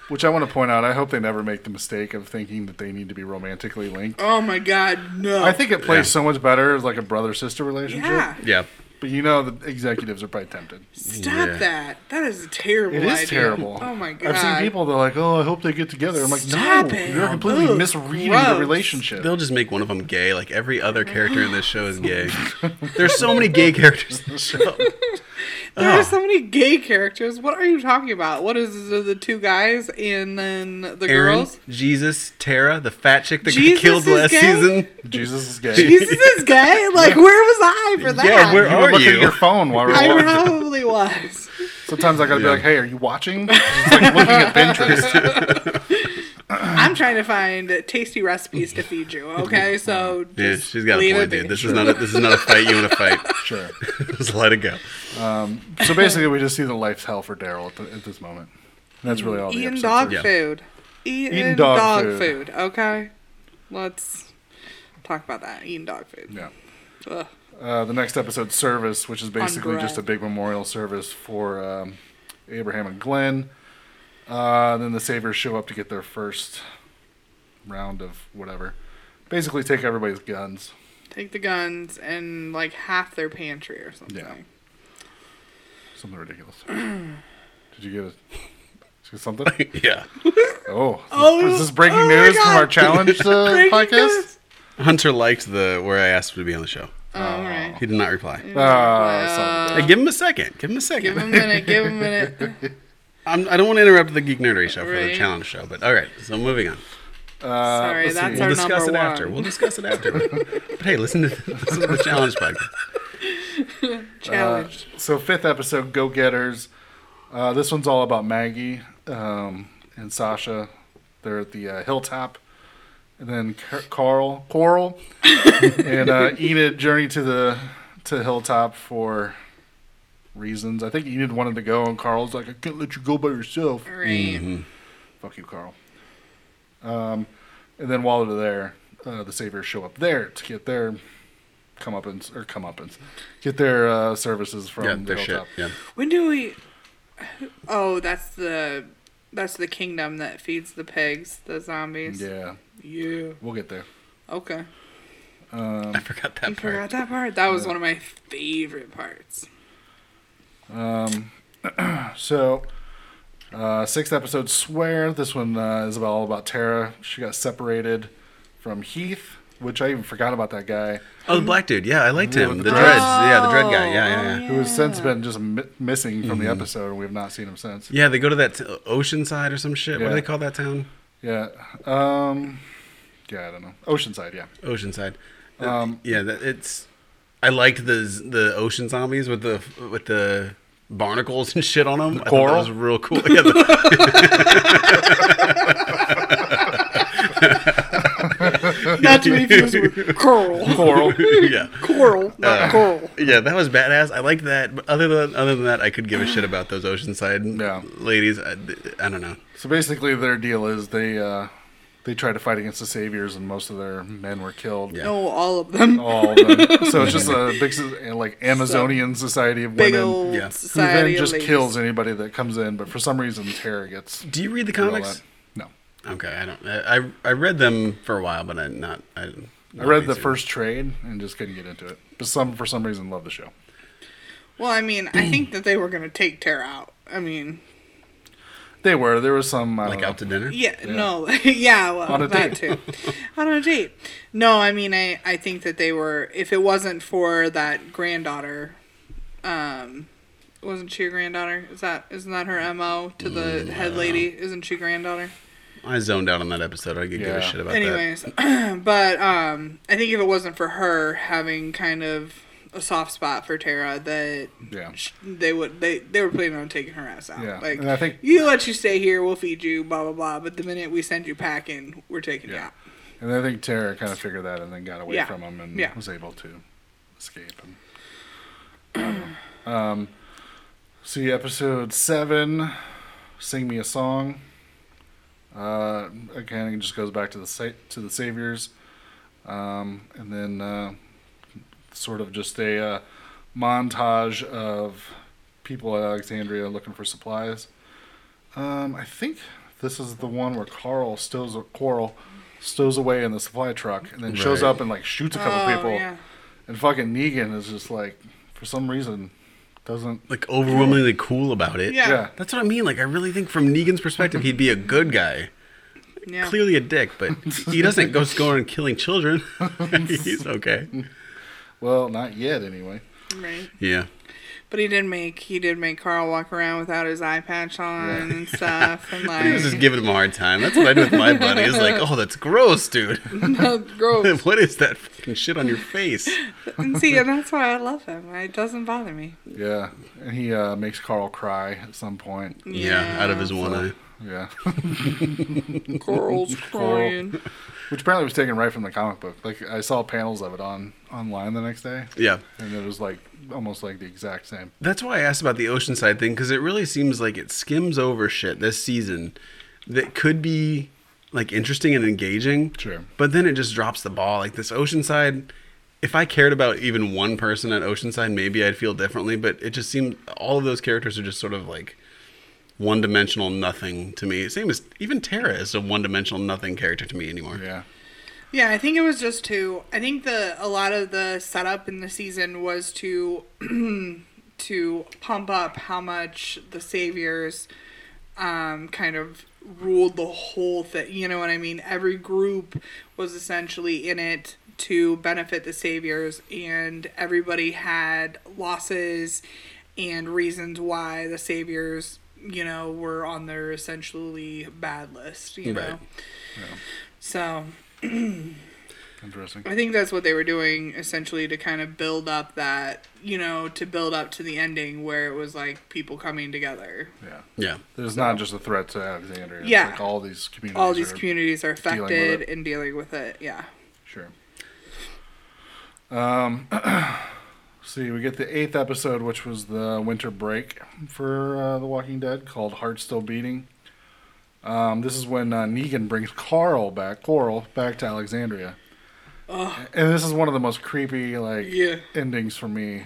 B: Which I want to point out, I hope they never make the mistake of thinking that they need to be romantically linked.
D: Oh my god, no.
B: I think it plays
C: Yeah.
B: so much better as like a brother sister relationship.
D: Oh, Yeah.
C: Yeah.
B: But you know, the executives are probably tempted.
D: Stop
C: Yeah.
D: that. That is a terrible
B: It is
D: idea.
B: terrible.
D: Oh my god.
B: I've seen people that are like, oh, I hope they get together. I'm like,
D: Stop
B: no,
D: it. Oh,
B: you're completely
D: Ugh,
B: misreading
D: gross.
B: the relationship.
C: They'll just make one of them gay. Like every other character in this show is gay. There's so many gay characters in the show.
D: There are
C: Oh.
D: so many gay characters. What are you talking about? What is it, the two guys and then the
C: Aaron,
D: girls?
C: Jesus, Tara, the fat chick that
D: Jesus
C: got killed
D: is
C: last
D: gay?
C: season.
B: Jesus is gay.
D: Jesus is gay? Like, where was I for that?
C: Yeah, where
B: you
C: are
B: were looking
C: you?
B: at your phone while we
D: I
B: were watching.
D: probably was.
B: Sometimes I gotta be
C: Yeah.
B: like, hey, are you watching? Just like looking at Pinterest.
D: I'm trying to find tasty recipes to feed you, okay? So
C: Yeah,
D: just
C: she's got a
D: leave
C: point,
D: it be.
C: dude. This is not a, this is not a fight you want to fight.
B: Sure.
C: just let it go.
B: So basically, we just see the life's hell for Daryl at, the- at this moment. And that's really all. the
D: Eating
B: episode's
D: dog
C: Yeah.
D: food. Eating,
B: Eating
D: dog,
B: dog
D: food.
B: food.
D: okay? Let's talk about that. Eating dog food.
B: Yeah.
D: Ugh.
B: Uh, the next episode, service, which is basically
D: bread.
B: just a big memorial service for um, Abraham and Glenn. Uh, then the Savers show up to get their first round of whatever. Basically, take everybody's guns.
D: Take the guns and like half their pantry or something.
B: Yeah. Something ridiculous. Did you get a, did you get something?
C: Yeah.
B: Oh,
D: Oh,
B: is this breaking
D: oh my
B: news from
D: God.
B: our challenge uh,
D: Breaking
B: podcast?
D: news.
C: Hunter liked the where I asked him to be on the show.
D: Oh, all right.
C: He did not reply.
B: Ah, son
C: Hey, give him a second. Give him a
D: Give him a
C: second.
D: minute. Give him a
C: Uh,
D: minute.
C: I'm, I don't want to interrupt the Geek Nerdery show for the
D: Right.
C: challenge show, but all right. So moving on.
B: Uh,
D: Sorry,
B: let's
D: that's
B: see.
D: our
C: We'll discuss it
D: number
C: after.
D: one.
C: We'll uh, discuss it after. but hey, listen to, listen to the challenge podcast.
D: Challenge.
B: So fifth episode, Go Getters. Uh, this one's all about Maggie um, and Sasha. They're at the uh, hilltop, and then Car- Carl, Coral, and uh, Enid journey to the to hilltop for reasons. I think Enid wanted to go, and Carl's like, "I can't let you go by yourself."
D: right.
C: mm-hmm.
B: Fuck you, Carl. Um, and then while they're there, uh, the Saviors show up there to get their comeuppance or comeuppance, get their uh, services from
C: Yeah,
B: the
C: their shit.
B: hilltop.
C: Yeah.
D: When do we? Oh, that's the that's the kingdom that feeds the pigs, the zombies.
B: Yeah,
D: Yeah.
B: we'll get there.
D: Okay.
C: I forgot that
D: Um, You
C: part.
D: forgot that part. That was one of my favorite parts.
B: So, uh, sixth episode, swear. This one uh, is about all about Tara. She got separated from Heath, which I even forgot about that guy,
C: Oh, the black dude. Yeah, I liked him.
B: with
C: The
B: the
C: dreads.
B: dreads.
C: Yeah, the dread
D: Oh,
C: guy. Yeah, yeah, yeah.
B: who has since been just mi- missing from the episode, and we have not seen him since.
C: Yeah, they go to that t- Oceanside or some shit. What do
B: Yeah.
C: they call that town?
B: Yeah. Um, yeah, I don't know. Oceanside. Yeah.
C: Oceanside. Um, yeah, that, it's. I liked the z- the ocean zombies with the with the barnacles and shit on them. I thought that
B: coral?
C: was real cool. Yeah, the,
D: Not to be confused with coral.
B: Coral.
C: yeah.
D: Coral, not
C: Uh,
D: coral.
C: Yeah, that was badass. I liked that. But other than other than that, I could give a shit about those Oceanside
B: Yeah.
C: ladies. I, I don't know.
B: So basically, their deal is they uh, they tried to fight against the saviors, and most of their men were killed.
C: Yeah.
D: No, all of them.
B: All of them. so it's just a big so- like Amazonian society of
D: Big
B: women
D: old
B: who
C: yeah. Who then
B: then
D: society of
B: just
D: ladies.
B: kills anybody that comes in. But for some reason, Tara gets
C: Do you read the
B: all
C: comics?
B: that. No,
C: Okay, I don't. I I- I read them for a while, but I not. I,
B: I read the first trade and just couldn't get into it. But some for some reason, love the show.
D: Well, I mean, I think that they were going to take Tara out. I mean,
B: They were there was some I
C: like
B: don't
C: out to dinner.
D: yeah, no, yeah, well,
B: On a
D: that
B: date.
D: too. On a date. No, I mean, I, I think that they were, if it wasn't for that granddaughter, um, wasn't she a granddaughter? Is that isn't that her mo to the head lady? Isn't she granddaughter?
C: I zoned out on that episode. I could give
B: Yeah.
C: a shit about that.
D: Anyways, but um, I think if it wasn't for her having kind of a soft spot for Tara, that
B: Yeah.
D: sh- they would they they were planning on taking her ass out.
B: Yeah,
D: Like
B: and I think-
D: you let you stay here, we'll feed you, blah blah blah. But the minute we send you packing, we're taking you
B: Yeah.
D: out.
B: And I think Tara kind of figured that and then got away
D: Yeah.
B: from him and
D: Yeah.
B: was able to escape. And, I don't know. um, see episode seven, sing me a song. Uh, again, it just goes back to the sa- to the saviors, um, and then uh, sort of just a uh, montage of people at Alexandria looking for supplies. Um, I think This is the one where Carl stows a quarrel, stows away in the supply truck, and then shows
C: Right.
B: up and like shoots a couple
D: Oh,
B: people.
D: yeah.
B: And fucking Negan is just like, for some reason, doesn't.
C: Like overwhelmingly cool about it.
D: Yeah.
B: Yeah.
C: That's what I mean. Like I really think from Negan's perspective, he'd be a good guy.
D: Yeah.
C: Clearly a dick, but he doesn't go scoring killing children. He's okay.
B: Well, not yet anyway.
D: Right.
C: Yeah.
D: But he did make he did make Carl walk around without his eye patch on and stuff and like
C: He was just giving him a hard time. That's what I do with my buddy. It's like, oh, that's gross, dude.
D: gross.
C: what is that fucking shit on your face?
D: And see, and that's why I love him. It doesn't bother me.
B: Yeah. And he uh, makes Carl cry at some point.
C: Yeah, out of his one eye.
B: Yeah.
D: Carl's crying.
B: Which apparently was taken right from the comic book. Like I saw panels of it on online the next day,
C: Yeah.
B: and it was like almost like the exact same.
C: That's why I asked about the Oceanside thing because it really seems like it skims over shit this season that could be like interesting and engaging.
B: Sure.
C: But then it just drops the ball. Like this Oceanside, if I cared about even one person at Oceanside, maybe I'd feel differently. But it just seems all of those characters are just sort of like one dimensional nothing to me. Same as even Tara is a one dimensional nothing character to me anymore.
B: Yeah.
D: Yeah, I think it was just to. I think the a lot of the setup in the season was to to pump up how much the saviors um, kind of ruled the whole thing. You know what I mean? Every group was essentially in it to benefit the saviors, and everybody had losses and reasons why the saviors, you know, were on their essentially bad list. You know,
C: Right.
D: so.
B: Interesting.
D: I think that's what they were doing essentially to kind of build up that, you know, to build up to the ending where it was like people coming together.
B: Yeah.
C: Yeah.
B: There's not just a threat to Alexandria. It's
D: Yeah.
B: like all these communities.
D: All these
B: are-
D: communities are
B: dealing with
D: affected
B: it.
D: and dealing with it. Yeah.
B: Sure. Um, see, we get the eighth episode, which was the winter break for uh, The Walking Dead, called "Heart Still Beating." Um, this is when uh, Negan brings Carl back, Coral back to Alexandria, and this is one of the most creepy like
D: Yeah.
B: endings for me,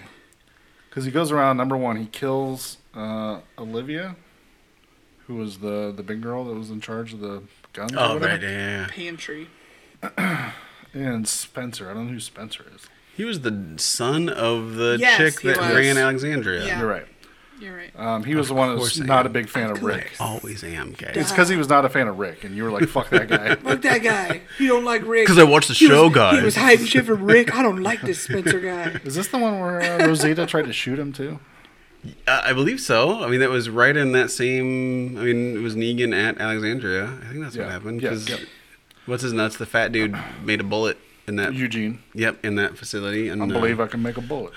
B: because he goes around. Number one, he kills uh, Olivia, who was the the big girl that was in charge of the guns. or
C: Oh,
B: whatever.
C: right. Yeah. yeah, yeah.
D: Pantry.
B: And Spencer. I don't know who Spencer is.
C: He was the son of the
D: Yes,
C: chick
D: he
C: that
D: was.
C: ran Alexandria.
D: Yeah.
B: You're right.
D: You're right.
B: Um, he was the one that
C: course
B: was
C: I
B: not
C: am.
B: a big fan of Rick.
C: I always am, guys.
B: It's because he was not a fan of Rick, and you were like, "Fuck that guy."
D: Fuck that guy. You don't like Rick.
C: 'Cause I watched the
D: He was-
C: show,
D: He was
C: guys.
D: hiding shit from Rick. I don't like this Spencer guy.
B: Is this the one where uh, Rosita tried to shoot him too?
C: Uh, I believe so. I mean, that was right in that same. I mean, it was Negan at Alexandria. I think that's
B: Yeah.
C: what happened.
B: Yeah,
C: 'cause
B: yep.
C: What's his nuts? The fat dude made a bullet in that.
B: Eugene,
C: Yep, in that facility. And,
B: I
C: uh,
B: believe I can make a bullet.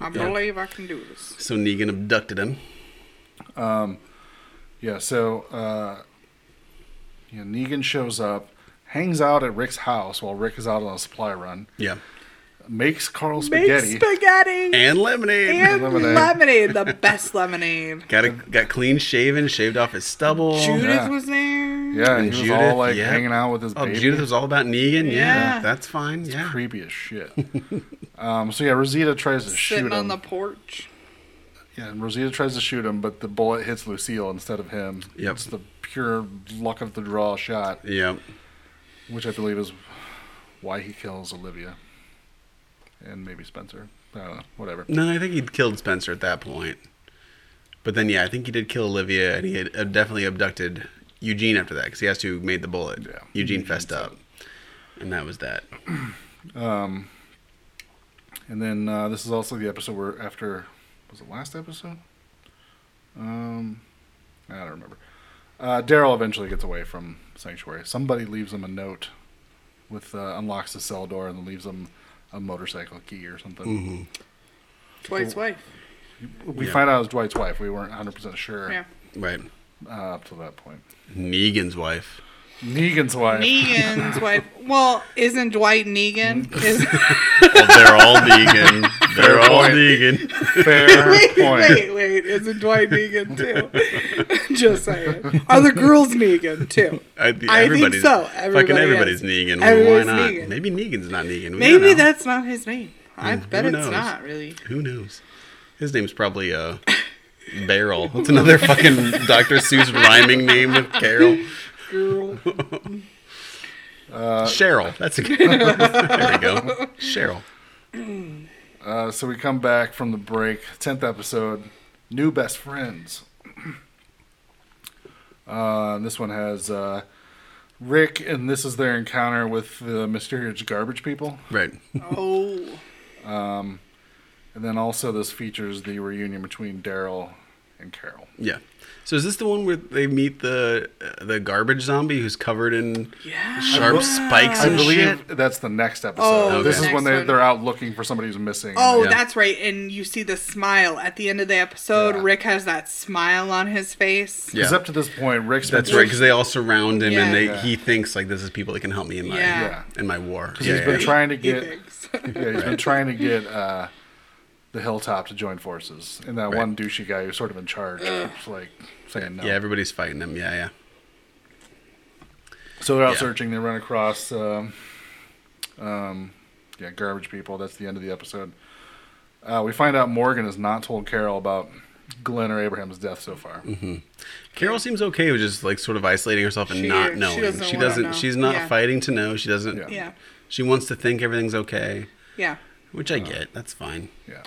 D: I believe I can do this.
C: so Negan abducted him.
B: Yeah. So, uh, you know, Negan shows up, hangs out at Rick's house while Rick is out on a supply run,
C: Yeah.
B: makes Carl
D: Make
B: spaghetti.
D: spaghetti
C: And lemonade.
D: and
B: lemonade.
D: lemonade. The best lemonade.
C: Got a, got clean shaven, shaved off his stubble.
D: Judith
B: Oh, yeah.
D: was there.
B: yeah, and
C: And
B: he was
C: Judith,
B: all like
C: yeah.
B: hanging out with his
C: Oh,
B: baby.
C: Judith was all about Negan. Yeah,
D: Yeah.
C: that's fine. Yeah.
B: creepy as shit. um, so yeah, Rosita tries to shoot
D: Sitting
B: him.
D: on the porch.
B: Yeah, and Rosita tries to shoot him, but the bullet hits Lucille instead of him.
C: Yep.
B: It's the pure luck of the draw shot,
C: Yep.
B: which I believe is why he kills Olivia. And maybe Spencer. I don't know. Whatever.
C: No, I think he'd killed Spencer at that point. But then, yeah, I think he did kill Olivia, and he had uh, definitely abducted Eugene after that because he has to who made the bullet.
B: Yeah.
C: Eugene fessed up, and that was that.
B: And then uh, this is also the episode where after was it last episode? Um I don't remember. Uh, Daryl eventually gets away from Sanctuary. Somebody leaves him a note with uh, unlocks the cell door and leaves him a motorcycle key or something.
D: Dwight's
B: Oh.
D: wife.
B: We
C: Yeah.
B: find out it was Dwight's wife. We weren't 100% sure
D: Yeah.
C: Right.
B: uh, up to that point.
C: Negan's wife.
B: Negan's wife.
D: Negan's wife. Well, isn't Dwight Negan?
C: Mm.
D: Is,
C: Well, Oh, they're all Negan. They're all
B: point.
C: Negan.
B: Fair
D: wait,
B: point.
D: wait, wait. Isn't Dwight Negan too? Just saying. Are the girls Negan too?
C: I, think
D: I think
C: everybody's-
D: so.
C: fucking
D: Everybody
C: everybody's
D: is.
C: Negan.
D: Everybody's
C: Why not?
D: Negan.
C: Maybe Negan's not Negan. We
D: Maybe
C: don't know.
D: that's not his name. I bet
C: Mm, who
D: it's
C: knows?
D: not really.
C: Who knows? His name's probably uh, Barrel. That's another fucking Dr. Seuss rhyming name with Carol.
B: Girl.
C: Uh, Cheryl. That's a good. there we go. Cheryl.
B: Uh, so we come back from the break, tenth episode, new best friends. Uh, this one has uh, Rick, and this is their encounter with the mysterious garbage people,
C: Right.
D: Oh,
B: and then also this features the reunion between Daryl and Carol.
C: Yeah. So is this the one where they meet the uh, the garbage zombie who's covered in
D: yeah.
C: sharp spikes
B: I
C: and
B: believe
C: shit?
B: that's the next episode.
D: Oh,
B: This
C: okay.
B: is when
D: Next
B: they,
D: one.
B: they're out looking for somebody who's missing.
D: Oh,
C: Yeah.
D: that's right. And you see the smile at the end of the episode.
B: Yeah.
D: Rick has that smile on his face.
C: Yeah.
B: because up to this point, Rick's been
C: That's right, because they all surround him, and
D: Yeah.
C: they
B: Yeah.
C: he thinks like this is people that can help me in my
D: Yeah.
B: Yeah.
C: in my war.
B: Because he's been trying to
D: He
B: get, yeah,
D: thinks.
B: he's been trying to get uh, the Hilltop to join forces, and that one douchey guy who's sort of in charge, was, like saying no.
C: Yeah, everybody's fighting him. Yeah, yeah.
B: So they're out
C: yeah.
B: searching. They run across, um, um, yeah, garbage people. That's the end of the episode. Uh, we find out Morgan has not told Carol about Glenn or Abraham's death so far.
C: Carol seems okay with just like sort of isolating herself and
D: She-
C: not
D: she
C: knowing. She
D: doesn't
C: doesn't.
D: wanna know.
C: She's not
D: Yeah.
C: fighting to know. She doesn't.
B: Yeah.
D: Yeah.
C: She wants to think everything's okay,
D: Yeah.
C: which I get. That's fine.
B: Yeah,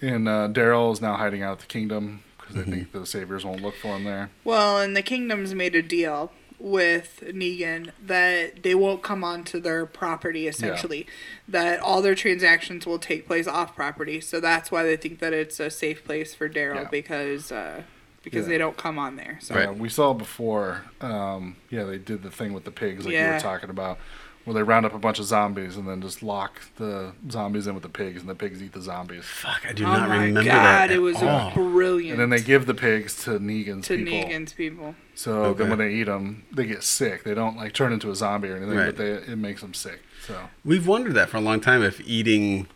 B: and uh, Daryl is now hiding out at the kingdom because they think the saviors won't look for him there.
D: Well, and the kingdoms made a deal with Negan that they won't come onto their property essentially. That all their transactions will take place off property. So that's why they think that it's a safe place for Daryl
B: Yeah.
D: because uh because
B: Yeah.
D: they don't come on there. So
C: Right.
B: Yeah, Um, we saw before. Um, yeah, they did the thing with the pigs, like you
D: Yeah.
B: were talking about, where they round up a bunch of zombies and then just lock the zombies in with the pigs, and the pigs eat the zombies.
C: Fuck, I do
D: Oh
C: not
D: my
C: remember
D: god,
C: that.
D: it
C: at
D: was
C: all.
D: brilliant.
B: And then they give the pigs to Negan's
D: to
B: people.
D: Negan's people.
B: So
C: Okay.
B: then when they eat them, they get sick. They don't like turn into a zombie or anything,
C: Right.
B: but they it makes them sick. So
C: We've wondered that for a long time if eating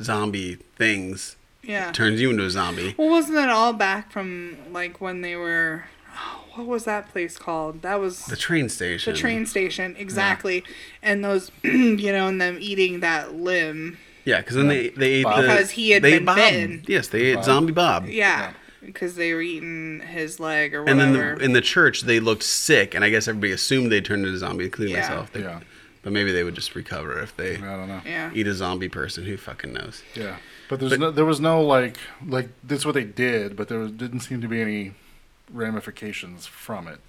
C: zombie things
D: Yeah.
C: turns you into a zombie.
D: Well, wasn't it all back from like when they were? oh, what was that place called? That was
C: The
D: the,
C: train station.
D: train station, exactly. And those, you know, and them eating that limb.
C: Yeah, because then they they ate
B: Bob.
C: the
D: Because he had
C: they
D: been
C: Bob.
D: bitten.
C: Yes, they ate zombie Bob.
D: Yeah, because they were eating his leg or
C: And
D: whatever.
C: then the, in the church they looked sick, and I guess everybody assumed they turned into zombies, including
D: Yeah.
C: myself. They-
B: Yeah.
C: But maybe they would just recover if they
B: I don't know.
D: yeah,
C: eat a zombie person. Who fucking knows?
B: Yeah. But there's no there was no like like that's what they did, but there was, didn't seem to be any ramifications from it.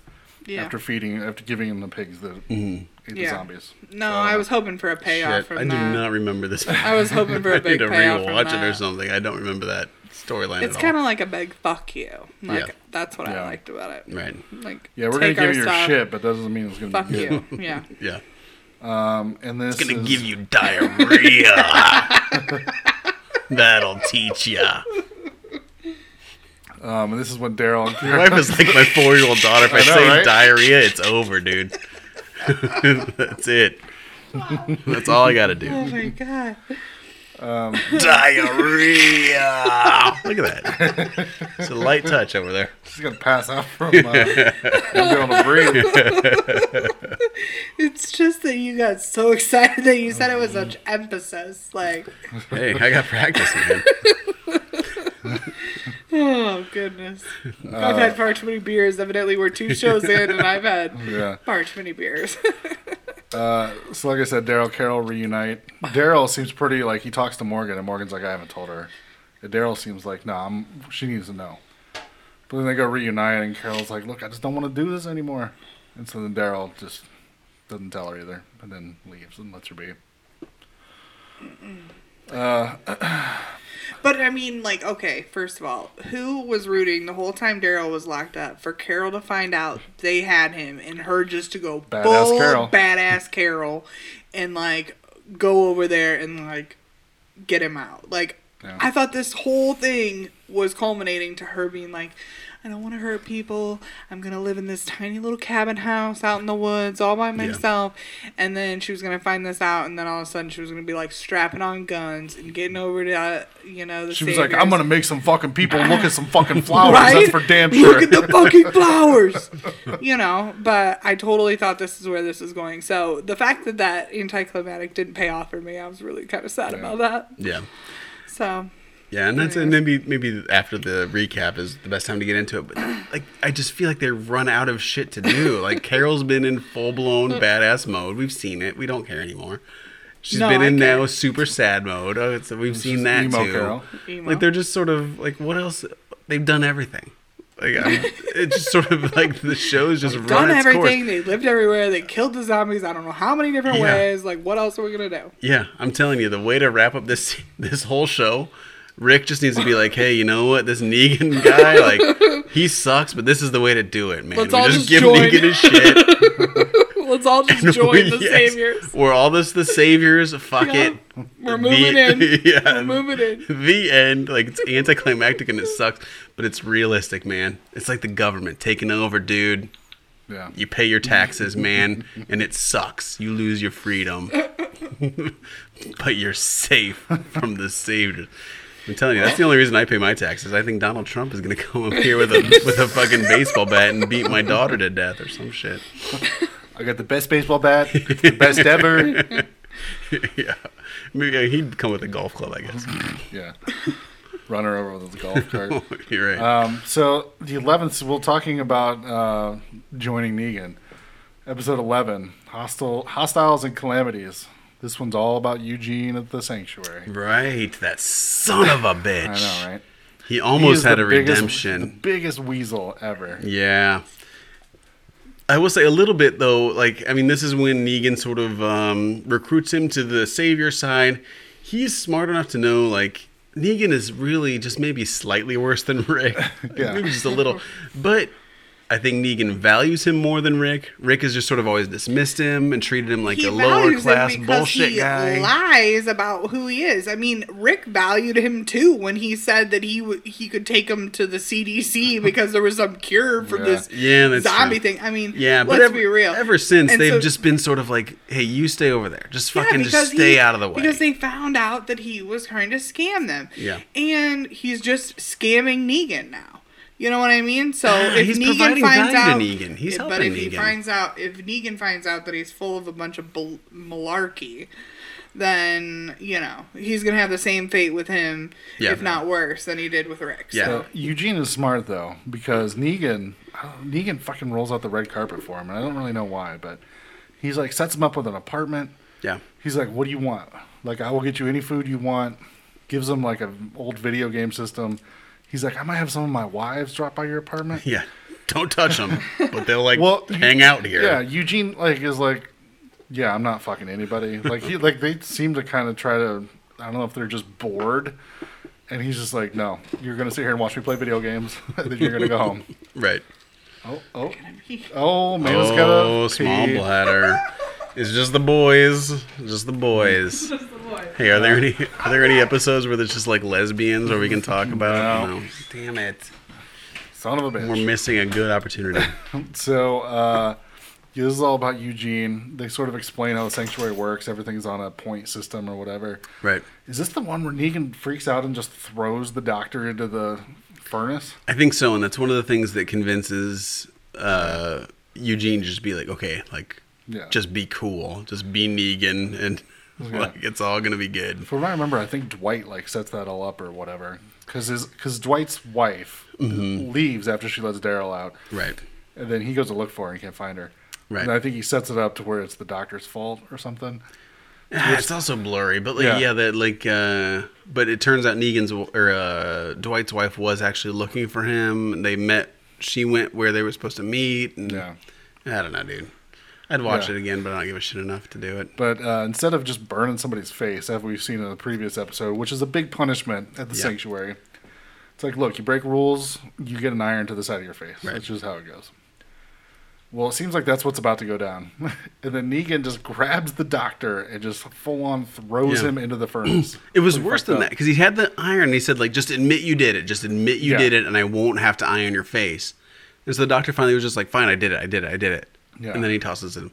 D: yeah.
B: after feeding after giving them the pigs that
C: Mm-hmm.
B: ate the
D: Yeah.
B: zombies.
D: no, I was hoping for a payoff
C: Oh. Shit,
D: from
C: I do
D: that.
C: not remember this.
D: I was hoping for
C: I
D: a
C: need
D: big
C: to
D: payoff from
C: rewatch
D: that.
C: it or something. I don't remember that storyline
D: It's
C: at all.
D: kind of like a big fuck you. Like
C: Yeah.
D: that's what
B: Yeah.
D: I liked about it.
C: right.
D: Like
B: Yeah, we're
D: take
B: gonna
D: our
B: give you your
D: stuff,
B: shit, but that doesn't mean it's gonna
D: Fuck
B: be good.
D: you. Yeah.
C: Yeah.
B: Um, and this
C: It's gonna
B: is,
C: give you diarrhea. That'll teach ya.
B: Um, and this is when Daryl and
C: My
B: Carol.
C: wife is like my four year old daughter. If I,
B: I know,
C: say
B: right?
C: diarrhea, it's over, dude. That's it. That's all I gotta
D: Oh
C: do.
D: my god.
C: diarrhea. Look at that. It's a light touch over there.
B: she's gonna pass out from uh, not being able to breathe.
D: It's just that you got so excited that you said it
C: Um,
D: with such emphasis. Like,
C: Hey, I got practice, man.
D: oh goodness, I've
B: Uh,
D: had far too many beers. Evidently, we're two shows in, and I've had
B: Yeah.
D: far too many beers.
B: So like I said, Daryl Carol reunite. Daryl seems pretty like he talks to Morgan, and Morgan's like, I haven't told her. And Daryl seems like, no, I'm, she needs to know. But then they go reunite, and Carol's like, look, I just don't want to do this anymore. And so then Daryl just doesn't tell her either, and then leaves and lets her be.
D: but I mean, like, okay, first of all, who was rooting the whole time Daryl was locked up for Carol to find out they had him and her just to go
B: Badass
D: full
B: Carol.
D: badass Carol, and like go over there and like get him out. Like
B: Yeah.
D: I thought this whole thing was culminating to her being like, I don't want to hurt people. I'm gonna live in this tiny little cabin house out in the woods all by myself. And then she was gonna find this out, and then all of a sudden she was gonna be like strapping on guns and getting over to uh, you know the.
B: She was like, I'm
D: saviors."
B: gonna make some fucking people look at some fucking flowers.
D: Right?
B: That's for damn
D: Look
B: sure.
D: at the fucking flowers, you know. But I totally thought this is where this was going. So the fact that that anticlimactic didn't pay off for me, I was really kind of sad about that.
C: Yeah.
D: So
C: Yeah, and that's and maybe maybe after the recap is the best time to get into it. But like, I just feel like they run out of shit to do. Like Carol's been in full blown badass mode. We've seen it. We don't care anymore. She's
D: No,
C: been
D: I
C: in now
D: care.
C: super sad mode. Oh, it's, we've
B: just
C: seen that
B: emo
C: too.
B: Carol.
D: Emo.
C: Like they're just sort of like what else? They've done everything. Like I'm, it's just sort of like the show's just run
D: Done
C: its course.
D: everything. They lived everywhere. They killed the zombies. I don't know how many different
C: Yeah.
D: ways. Like, what else are we gonna do?
C: Yeah, I'm telling you, the way to wrap up this this whole show, Rick just needs to be like, hey, you know what? This Negan guy, like, he sucks, but this is the way to do it, man.
D: Let's
C: we
D: all
C: just,
D: just
C: give
D: join."
C: Negan his shit.
D: Let's all just
C: and
D: join
C: we-
D: the
C: yes,
D: saviors.
C: We're all this the saviors. Fuck
D: Yeah.
C: it.
D: We're moving
C: the,
D: in.
C: Yeah.
D: We're moving in.
C: The end. Like it's anticlimactic and it sucks, but it's realistic, man. It's like the government taking over, dude.
B: Yeah.
C: You pay your taxes, man, and it sucks. You lose your freedom, but you're safe from the saviors. I'm telling you, that's the only reason I pay my taxes. I think Donald Trump is gonna come up here with a with a fucking baseball bat and beat my daughter to death or some shit.
B: I got the best baseball bat, It's the best ever.
C: yeah, maybe uh, he'd come with a golf club, I guess.
B: Yeah. Run her over with a golf cart.
C: you're right.
B: Um, so the eleventh, we're talking about uh, joining Negan. Episode eleven: Hostile, hostiles and calamities. This one's all about Eugene at the sanctuary.
C: right, that son of a bitch.
B: I know, right?
C: He
B: He
C: almost
B: is
C: had
B: the
C: a
B: biggest-
C: redemption.
B: the biggest weasel ever.
C: Yeah. I will say a little bit though, like I mean, this is when Negan sort of um, recruits him to the savior side. He's smart enough to know like Negan is really just maybe slightly worse than Rick,
B: Yeah.
C: maybe just a little. But I think Negan values him more than Rick. Rick has just sort of always dismissed him and treated him like a lower
D: values him
C: class
D: because
C: bullshit
D: he
C: guy.
D: Lies about who he is. I mean, Rick valued him too when he said that he w- he could take him to the CDC because there was some cure for
B: Yeah.
D: this
C: Yeah, that's
D: zombie
C: true.
D: thing. I mean,
C: Yeah, but
D: let's
C: ever,
D: be real.
C: ever since
D: And
C: they've
D: so-
C: just been sort of like, "Hey, you stay over there. Just
D: Yeah,
C: fucking just
D: because
C: stay
D: he-
C: out of the way."
D: Because they found out that he was trying to scam them.
C: Yeah.
D: And he's just scamming Negan now. You know what I mean? So if
C: Ah, He's
D: Negan
C: providing
D: finds out,
C: value to Negan. He's
D: Yeah, but
C: helping
D: if he
C: Negan.
D: finds out, if Negan finds out that he's full of a bunch of bul- malarkey, then you know he's gonna have the same fate with him,
C: Yeah.
D: if not worse, than he did with Rick.
C: Yeah.
D: So.
B: So Eugene is smart though because Negan, I don't- Negan fucking rolls out the red carpet for him, and I don't really know why, but he's like sets him up with an apartment.
C: yeah.
B: He's like, "What do you want? Like, I will get you any food you want." Gives him like an old video game system. He's like, "I might have some of my wives drop by your apartment."
C: Yeah. Don't touch them, but they'll like
B: Well,
C: hang out here.
B: Yeah, Eugene like is like, "Yeah, I'm not fucking anybody." Like he like they seem to kind of try to. I don't know if they're just bored, and he's just like, "No, you're gonna sit here and watch me play video games, and then you're gonna go home."
C: Right.
B: Oh, oh, oh, man's got a
C: oh, small
B: pee.
C: bladder. It's just the boys. Just the boys. Hey, are there any are there any episodes where there's just like lesbians where we can talk about?
B: No.
C: Damn it.
B: Son of a bitch.
C: We're missing a good opportunity.
B: So uh, yeah, this is all about Eugene. They sort of explain how the sanctuary works. Everything's on a point system or whatever.
C: right.
B: Is this the one where Negan freaks out and just throws the doctor into the furnace?
C: I think so, and that's one of the things that convinces uh, Eugene to just be like, okay, like,
B: Yeah.
C: just be cool, just be Negan, and like it's all gonna be good.
B: From what I remember, I think Dwight like sets that all up or whatever. Because because Dwight's wife leaves after she lets Daryl out,
C: Right.
B: and then he goes to look for her and can't find her.
C: Right.
B: And I think he sets it up to where it's the doctor's fault or something.
C: Ah, it's also blurry, but like, yeah.
B: Yeah.
C: that like, uh, but it turns out Negan's w- or uh, Dwight's wife was actually looking for him. They met. She went where they were supposed to meet. And
B: Yeah.
C: I don't know, dude. I'd watch
B: Yeah.
C: it again, but I don't give a shit enough to do it.
B: But uh, instead of just burning somebody's face, as we've seen in the previous episode, which is a big punishment at the
C: Yeah.
B: sanctuary, it's like, look, you break rules, you get an iron to the side of your face,
C: Right.
B: which is how it goes. Well, it seems like that's what's about to go down. and then Negan just grabs the doctor and just full on throws
C: Yeah.
B: him into the furnace.
C: It was
B: Pretty
C: worse
B: fucked
C: than
B: up.
C: that because he had the iron. And he said, like, just admit you did it. Just admit you
B: Yeah.
C: did it, and I won't have to iron your face. And so the doctor finally was just like, fine, I did it, I did it, I did it.
B: Yeah.
C: And then he tosses him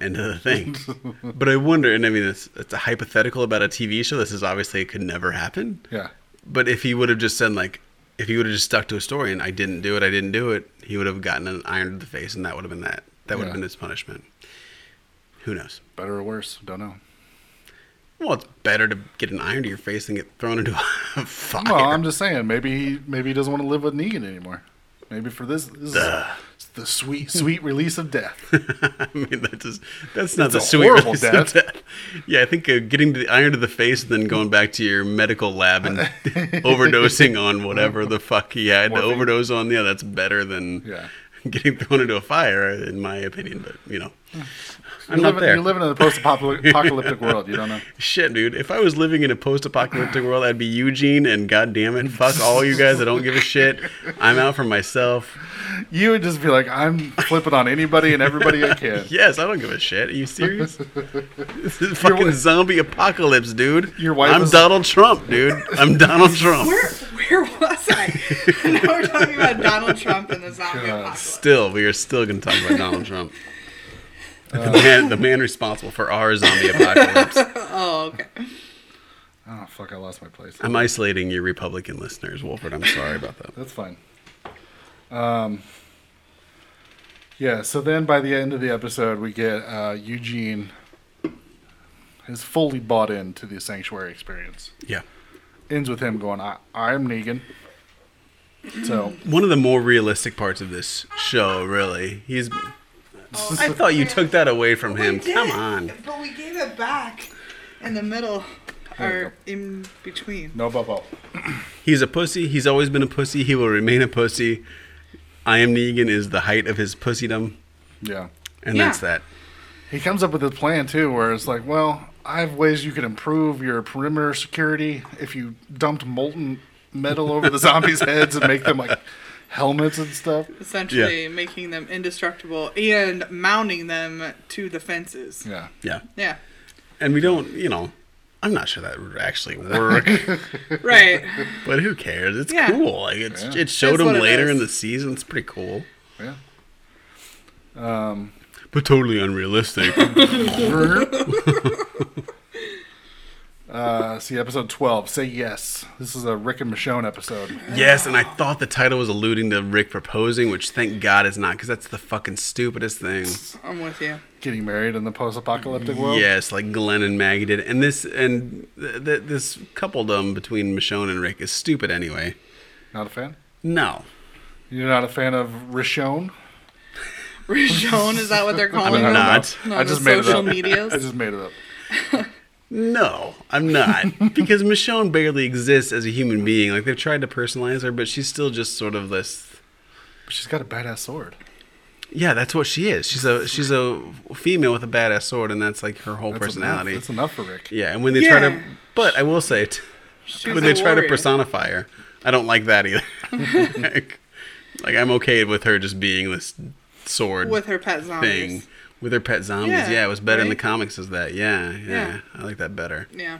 C: into the thing. but I wonder, and I mean, it's, it's a hypothetical about a TV show. This is obviously it could never happen.
B: Yeah.
C: But if he would have just said like, if he would have just stuck to a story and I didn't do it, I didn't do it, he would have gotten an iron to the face, and that would have been that. That would have
B: Yeah.
C: been his punishment. Who knows?
B: Better or worse, don't know.
C: Well, it's better to get an iron to your face than get thrown into a fire.
B: Well, I'm just saying, maybe he maybe he doesn't want to live with Negan anymore. Maybe for this, this is the sweet sweet release of death.
C: I mean, that just, that's not
B: It's
C: the
B: a
C: sweet
B: horrible
C: release of
B: death.
C: death. Yeah, I think uh, getting the iron to the face and then going back to your medical lab and overdosing on whatever the fuck he had to
B: Morphine.
C: overdose on. Yeah, that's better than
B: Yeah.
C: getting thrown into a fire, in my opinion. But you know, I'm
B: You're
C: not
B: living,
C: there.
B: you're living Hmm. in a post-apocalyptic world. You don't know.
C: Shit, dude. If I was living in a post-apocalyptic world, I'd be Eugene and goddamn it, fuck all you guys that don't give a shit. I'm out for myself.
B: You would just be like, I'm flipping on anybody and everybody I can.
C: Yes, I don't give a shit. Are you serious? this is fucking zombie apocalypse, dude.
B: Your wife
C: I'm
B: is-
C: Donald Trump, dude. I'm Donald Trump.
D: Where where was I? now we're talking about Donald Trump and the zombie
B: God.
D: apocalypse.
C: Still, we are still gonna talk about Donald Trump.
B: Uh,
C: the, man, the man responsible for our zombie apocalypse.
D: Oh, okay.
B: Oh fuck! I lost my place.
C: I'm isolating your Republican listeners, Wolford. I'm sorry about that.
B: That's fine. Um, yeah, so then by the end of the episode, we get uh, Eugene is fully bought into the sanctuary experience.
C: Yeah.
B: Ends with him going, I, I'm Negan. So,
C: One of the more realistic parts of this show, really. He's. Oh, I thought you took that away from him. Come on.
D: But we gave it back in the middle
B: There
D: or in between.
B: no bubble.
C: He's a pussy. He's always been a pussy. He will remain a pussy. I am Negan is the height of his pussydom,
B: Yeah.
C: and
D: Yeah.
C: that's that.
B: He comes up with a plan, too, where it's like, well, I have ways you can improve your perimeter security if you dumped molten metal over the zombies' heads and make them like helmets and stuff.
D: Essentially making them indestructible and mounting them to the fences.
B: Yeah.
C: Yeah,
D: Yeah.
C: and we don't. You know, I'm not sure that would actually work,
D: Right.
C: but who cares? It's
D: Yeah.
C: cool. Like it's
B: Yeah.
C: it showed
D: It's
C: him
D: what it
C: later
D: is.
C: in the season. It's pretty cool,
B: Yeah.
C: but totally unrealistic.
B: uh, see episode 12 say yes this is a rick and michonne episode
C: yes, and I thought the title was alluding to Rick proposing, which thank God is not, because that's the fucking stupidest thing.
D: I'm with you.
B: getting married in the post-apocalyptic world
C: Yes, like Glenn and Maggie did, and this and th- th- this coupledom between Michonne and Rick is stupid anyway.
B: not a fan
C: No,
B: you're not a fan of Rishon?
D: Rajon, is that what they're calling
C: I'm
D: them?
C: not.
D: On
B: I just
D: the
B: made it
D: social
B: up.
D: medias.
B: I just made it up.
C: No, I'm not. because Michonne barely exists as a human being. Like they've tried to personalize her, but she's still just sort of this
B: But she's got a badass sword.
C: Yeah, that's what she is. She's a she's a female with a badass sword and that's like her whole
B: That's
C: personality.
B: Enough. That's enough for Rick.
C: yeah, and when they try to
D: Yeah.
C: but I will say t-
D: She's
C: when
D: a
C: they try to
D: warrior.
C: personify her, I don't like that either. like, like, I'm okay with her just being this sword
D: with her pet
C: thing.
D: zombies.
C: With her pet zombies, yeah,
D: Yeah,
C: it was better in the
D: right?
C: comics as that. Yeah, yeah,
D: Yeah.
C: I like that better.
D: Yeah.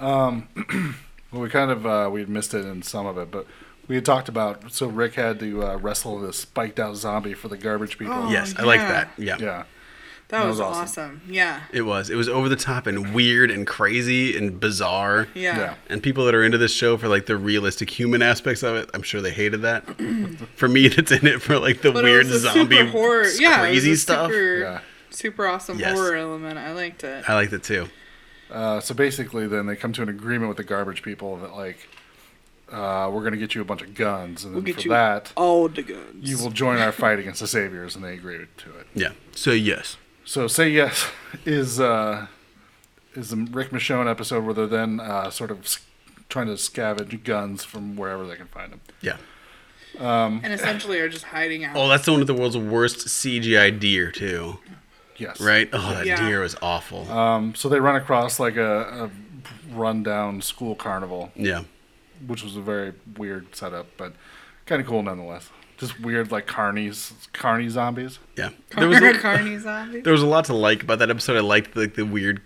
B: Mm. Well, we kind of uh, we had missed it in some of it, but we had talked about so Rick had to uh, wrestle this spiked out zombie for the garbage people.
D: Oh,
C: yes, I like
D: yeah.
C: that.
B: Yeah.
D: That, was,
B: was awesome.
D: awesome. Yeah.
C: It was. It was over the top and weird and crazy and bizarre.
D: Yeah.
B: Yeah.
C: And people that are into this show for like the realistic human aspects of it, I'm sure they hated that. for me, that's in it for like the
D: But
C: weird
D: it was a
C: zombie,
D: super horror. Yeah, it was
C: crazy
D: a
C: stuff.
D: Super,
B: Yeah.
D: super awesome
C: Yes.
D: horror element. I liked it.
C: I liked it too.
B: Uh, so basically, then they come to an agreement with the garbage people that like, uh, we're gonna get you a bunch of guns, and then
D: We'll get
B: for
D: you
B: that,
D: all the guns.
B: you will join our fight against the saviors, and they agreed to it.
C: Yeah. So yes.
B: So say yes is uh, is the Rick Michonne episode where they're then uh, sort of s- trying to scavenge guns from wherever they can find them.
C: Yeah.
D: and essentially are just hiding out.
C: Oh, that's the one of the world's worst CGI deer too.
B: Yes,
C: Right? Oh, that
D: Yeah.
C: deer was awful.
B: Um, so they run across like a, a rundown school carnival,
C: yeah.
B: which was a very weird setup, but kind of cool nonetheless. Just weird, like carnies, carny zombies.
C: Yeah.
D: There
C: a-
D: carny zombie.
C: there was a lot to like about that episode. I liked like the weird,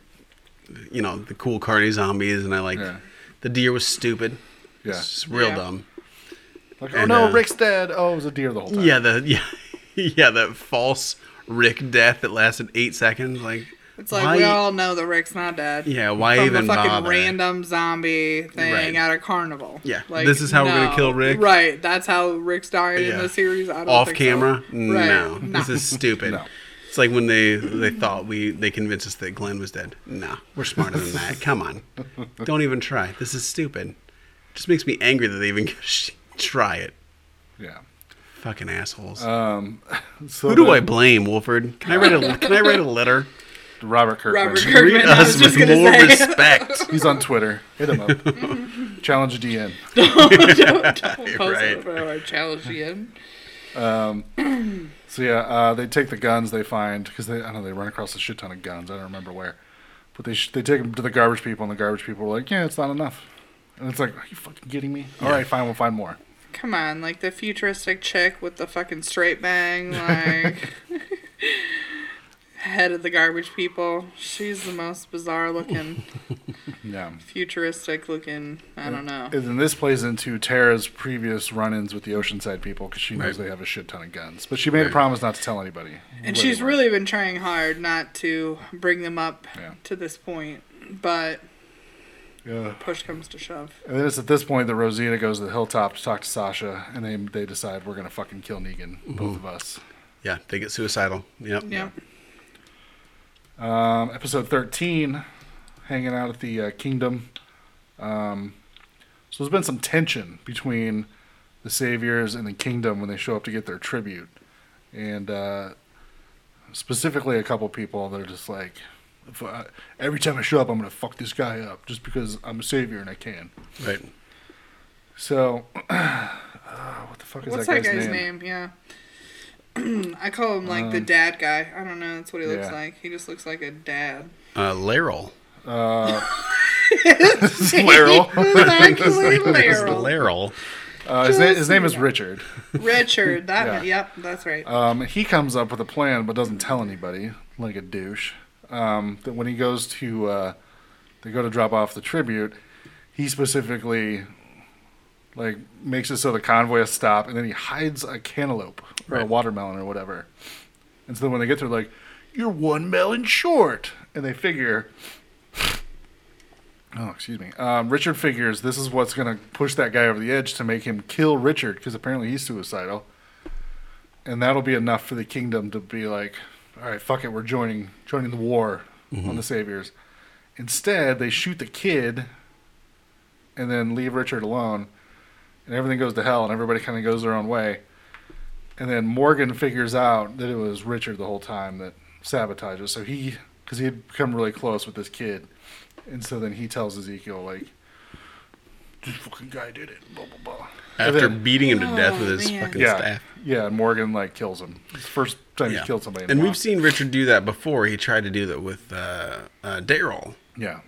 C: you know, the cool carny zombies, and I liked
B: Yeah.
C: the deer was stupid.
B: Yeah.
C: it's just real
D: Yeah.
C: dumb.
B: Like, oh
C: And,
B: no,
C: uh,
B: Rick's dead. Oh, it was a deer the whole time.
C: Yeah, the yeah, yeah, that false Rick death that lasted eight seconds. Like,
D: It's like
C: why,
D: we all know that Rick's not dead.
C: Yeah, why
D: From
C: even
D: the fucking
C: bother?
D: random zombie thing
C: Right.
D: at a carnival.
C: Yeah, this is how we're gonna kill Rick?
D: Right, that's how Rick's dying
C: Yeah.
D: in the series. I don't
C: off
D: think so.
C: camera?
D: Right.
C: No,
D: Nah.
C: this is stupid.
B: No.
C: It's like when they they thought we they convinced us that Glenn was dead. Nah, we're smarter than that. Come on, don't even try. This is stupid. just makes me angry that they even try it.
B: Yeah.
C: Fucking assholes.
B: Uh, So
C: Who do I
B: then
C: blame, Wolford? Can I write a Can I write a letter?
B: Robert Kirkman.
D: Robert Kirkman.
C: Treat
D: I was
C: us
D: just
C: with
D: gonna
C: more
D: say.
C: respect.
B: He's on Twitter. Hit him up. Challenge DN.
D: Post
C: right.
D: it for our challenge again.
B: So yeah, uh, they take the guns they find because they I don't know they run across a shit ton of guns. I don't remember where, but they sh- they take them to the garbage people, and the garbage people are like, yeah, it's not enough. And it's like, are you fucking kidding me? All right, fine, we'll find more.
D: Come on, like the futuristic chick with the fucking straight bang, like head of the garbage people. She's the most bizarre looking,
B: Yeah.
D: futuristic looking. I don't know.
B: And then this plays into Tara's previous run-ins with the Oceanside people because she knows
C: Right.
B: they have a shit ton of guns, but she made a
C: Right.
B: promise not to tell anybody. where
D: And she's
B: they were.
D: really been trying hard not to bring them up
B: Yeah.
D: to this point, but
B: Yeah.
D: push comes to shove.
B: And then it's at this point that Rosita goes to the hilltop to talk to Sasha, and they they decide we're gonna fucking kill Negan, both of
C: Mm-hmm.
B: us.
C: Yeah, they get suicidal. Yep.
D: Yeah.
B: Um, episode 13, hanging out at the uh, kingdom. Um, so there's been some tension between the saviors and the kingdom when they show up to get their tribute. And uh, specifically, a couple people, they're just like, if I, every time I show up, I'm going to fuck this guy up just because I'm a savior and I can.
C: Right.
B: So, uh, what the fuck is
D: What's
B: that guy's, name? Um,
D: Yeah. I call him like the dad guy. I don't know. That's what he looks
B: yeah.
D: like. He just looks like a dad.
C: Uh, Laryl.
B: Laryl.
D: It's actually
C: It's
D: Laryl.
C: Laryl.
B: Uh, his, name, his name is Richard.
D: Richard. That.
B: Yeah.
D: Yep. That's right.
B: Um, he comes up with a plan but doesn't tell anybody, like a douche. Um, that when he goes to, uh, they go to drop off the tribute, he specifically, like, makes it so the convoy has to stop, and then he hides a cantaloupe or a
C: Right.
B: watermelon or whatever. And so then when they get there, like, you're one melon short, and they figure. Oh, excuse me. Um, Richard figures this is what's going to push that guy over the edge to make him kill Richard because apparently he's suicidal and that'll be enough for the kingdom to be like, all right, fuck it, we're joining joining the war on the saviors. Instead, they shoot the kid, and then leave Richard alone, and everything goes to hell, and everybody kind of goes their own way. And then Morgan figures out that it was Richard the whole time that sabotages. So he, because he had become really close with this kid, and so then he tells Ezekiel like, "This fucking guy did it." Blah blah blah. And
C: After
B: then-
C: beating him to death with
D: Oh,
C: his
D: man.
C: fucking
B: yeah,
C: staff.
B: Yeah, and Morgan like kills him. It's the first time he's killed somebody. In
C: and
B: a
C: we've
B: while.
C: seen Richard do that before. He tried to do that with uh, uh, Daryl.
B: yeah,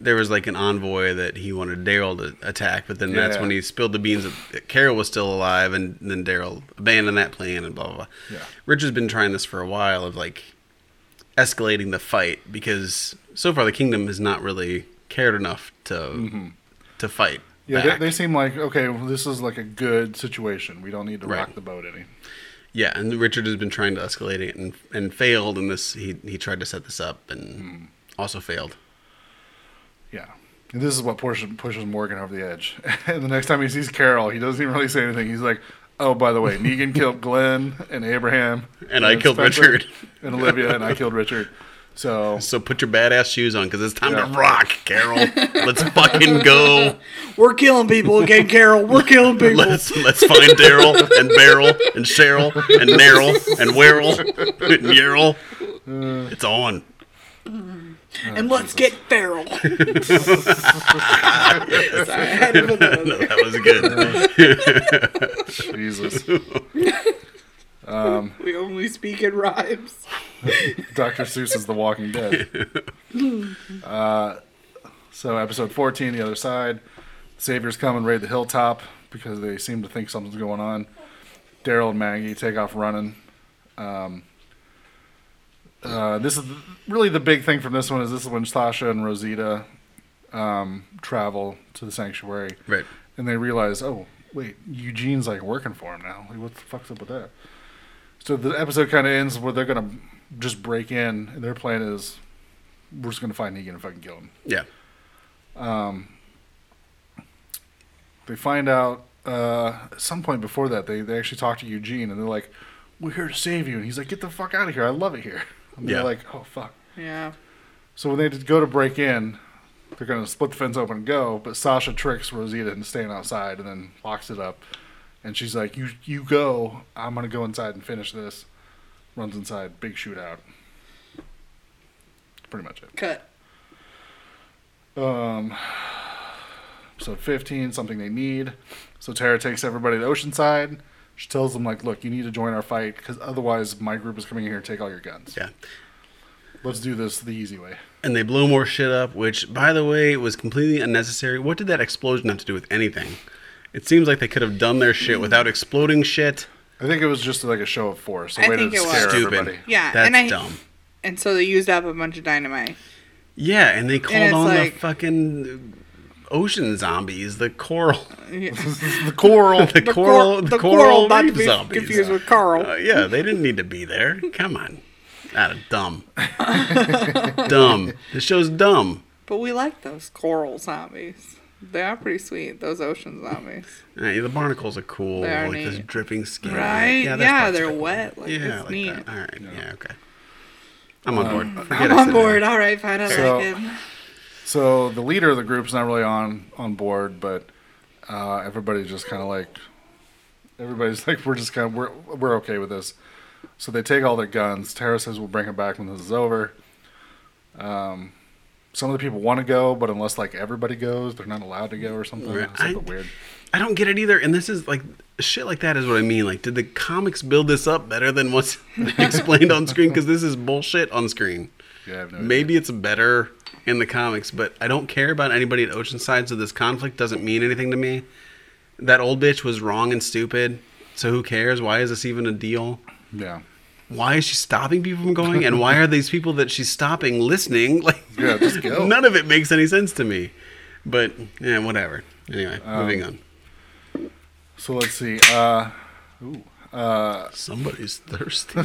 C: There was like an envoy that he wanted Daryl to attack, but then that's
B: Yeah.
C: when he spilled the beans that- that Carol was still alive, and then Daryl abandoned that plan and blah blah blah.
B: Yeah.
C: Richard's been trying this for a while of like escalating the fight because so far the kingdom has not really cared enough to to fight.
B: Mm-hmm. yeah. They,
C: back.
B: they seem like okay. Well, this is like a good situation. We don't need to rock
C: Right.
B: the boat any.
C: Yeah, and Richard has been trying to escalate it and and failed, and this he he tried to set this up and also failed.
B: Yeah. And this is what pushes, pushes Morgan over the edge. And the next time he sees Carol, he doesn't even really say anything. He's like, "Oh, by the way, Negan killed Glenn and Abraham,
C: And I killed Richard.
B: and Olivia, and I killed Richard." So
C: So put your badass shoes on because it's time to
B: Yeah.
C: rock, Carol. Let's fucking go.
D: We're killing people again, Carol. We're killing people.
C: Let's let's find Daryl and Beryl and Cheryl and Narrell and Werrell and Yerrell. It's on.
D: and let's get feral. Sorry, I had to put that in
C: No,
D: there.
C: that was good.
B: Jesus,
D: We only speak in rhymes.
B: Dr. Seuss is The Walking Dead. uh, so episode 14, The Other Side. Saviors come and raid the hilltop because they seem to think something's going on. Daryl and Maggie take off running. Um, uh, this is really the big thing from this one is this is when Sasha and Rosita um, travel to the sanctuary.
C: Right.
B: And they realize, oh, wait, Eugene's like working for him now. Like, what the fuck's up with that? So the episode kind of ends where they're gonna just break in, and their plan is we're just gonna find Negan and fucking kill him.
C: Yeah.
B: They find out uh, at some point before that they they actually talk to Eugene, and they're like, we're here to save you. And he's like, get the fuck out of here. I love it here. And they're
C: Yeah.
B: like, oh, fuck.
D: Yeah.
B: So when they did go to break in, they're going to split the fence open and go. But Sasha tricks Rosita into staying outside and then locks it up. And she's like, you, you go. I'm going to go inside and finish this. Runs inside. Big shootout. Pretty much it.
D: Cut.
B: episode 15, something they need. So Tara takes everybody to Oceanside. She tells them, like, look, you need to join our fight because otherwise my group is coming in here to take all your guns.
C: Yeah.
B: Let's do this the easy way.
C: And they blow more shit up, which, by the way, was completely unnecessary. What did that explosion have to do with anything? It seems like they could have done their shit without exploding shit.
B: I think it was just like a show of force, a
D: I
B: way to
D: think it was.
B: scare
C: Stupid.
B: everybody.
D: Yeah.
C: That's
D: and I,
C: dumb.
D: And so they used up a bunch of dynamite.
C: Yeah, and they called
D: it's
C: on
D: like-
C: the fucking ocean zombies, the coral,
B: The coral.
C: the,
D: The
C: coral,
D: cor-
C: the,
D: the
C: coral,
D: coral, not to
C: reef
D: be
C: zombies.
D: confused with Carl.
C: Uh, yeah, they didn't need to be there. Come on, out of dumb, dumb. This show's dumb.
D: But we like those coral zombies. They are pretty sweet, those ocean zombies.
C: Uh, the barnacles are cool,
D: They are
C: like this
D: neat.
C: dripping skin.
D: Right? Yeah,
C: that's what's
D: they're
C: cool.
D: wet. Like,
C: yeah,
D: it's
C: like
D: neat.
C: that. All right, yeah, okay. I'm on board. Forget
D: I'm
C: I said
D: on
C: that.
D: board. All right, fine. I
B: So-
D: like him.
B: so the leader of the group's not really on, on board, but uh, everybody's just kind of like, everybody's like, we're just kind of, we're, we're okay with this. So they take all their guns. Tara says we'll bring them back when this is over. Um, some of the people want to go, but unless like everybody goes, they're not allowed to go or something.
C: Right.
B: It's like a
C: I-
B: weird.
C: I don't get it either. And this is like shit like that is what I mean. Like, did the comics build this up better than what's explained on screen? Because this is bullshit on screen.
B: Yeah, I have no idea.
C: Maybe it's better in the comics, but I don't care about anybody at Oceanside, so this conflict doesn't mean anything to me. That old bitch was wrong and stupid, so who cares? Why is this even a deal?
B: Yeah.
C: Why is she stopping people from going? And why are these people that she's stopping listening? Like,
B: Yeah, just go.
C: none of it makes any sense to me. But yeah, whatever. Anyway,
B: Um,
C: moving on.
B: So let's see. Uh,
C: Somebody's thirsty.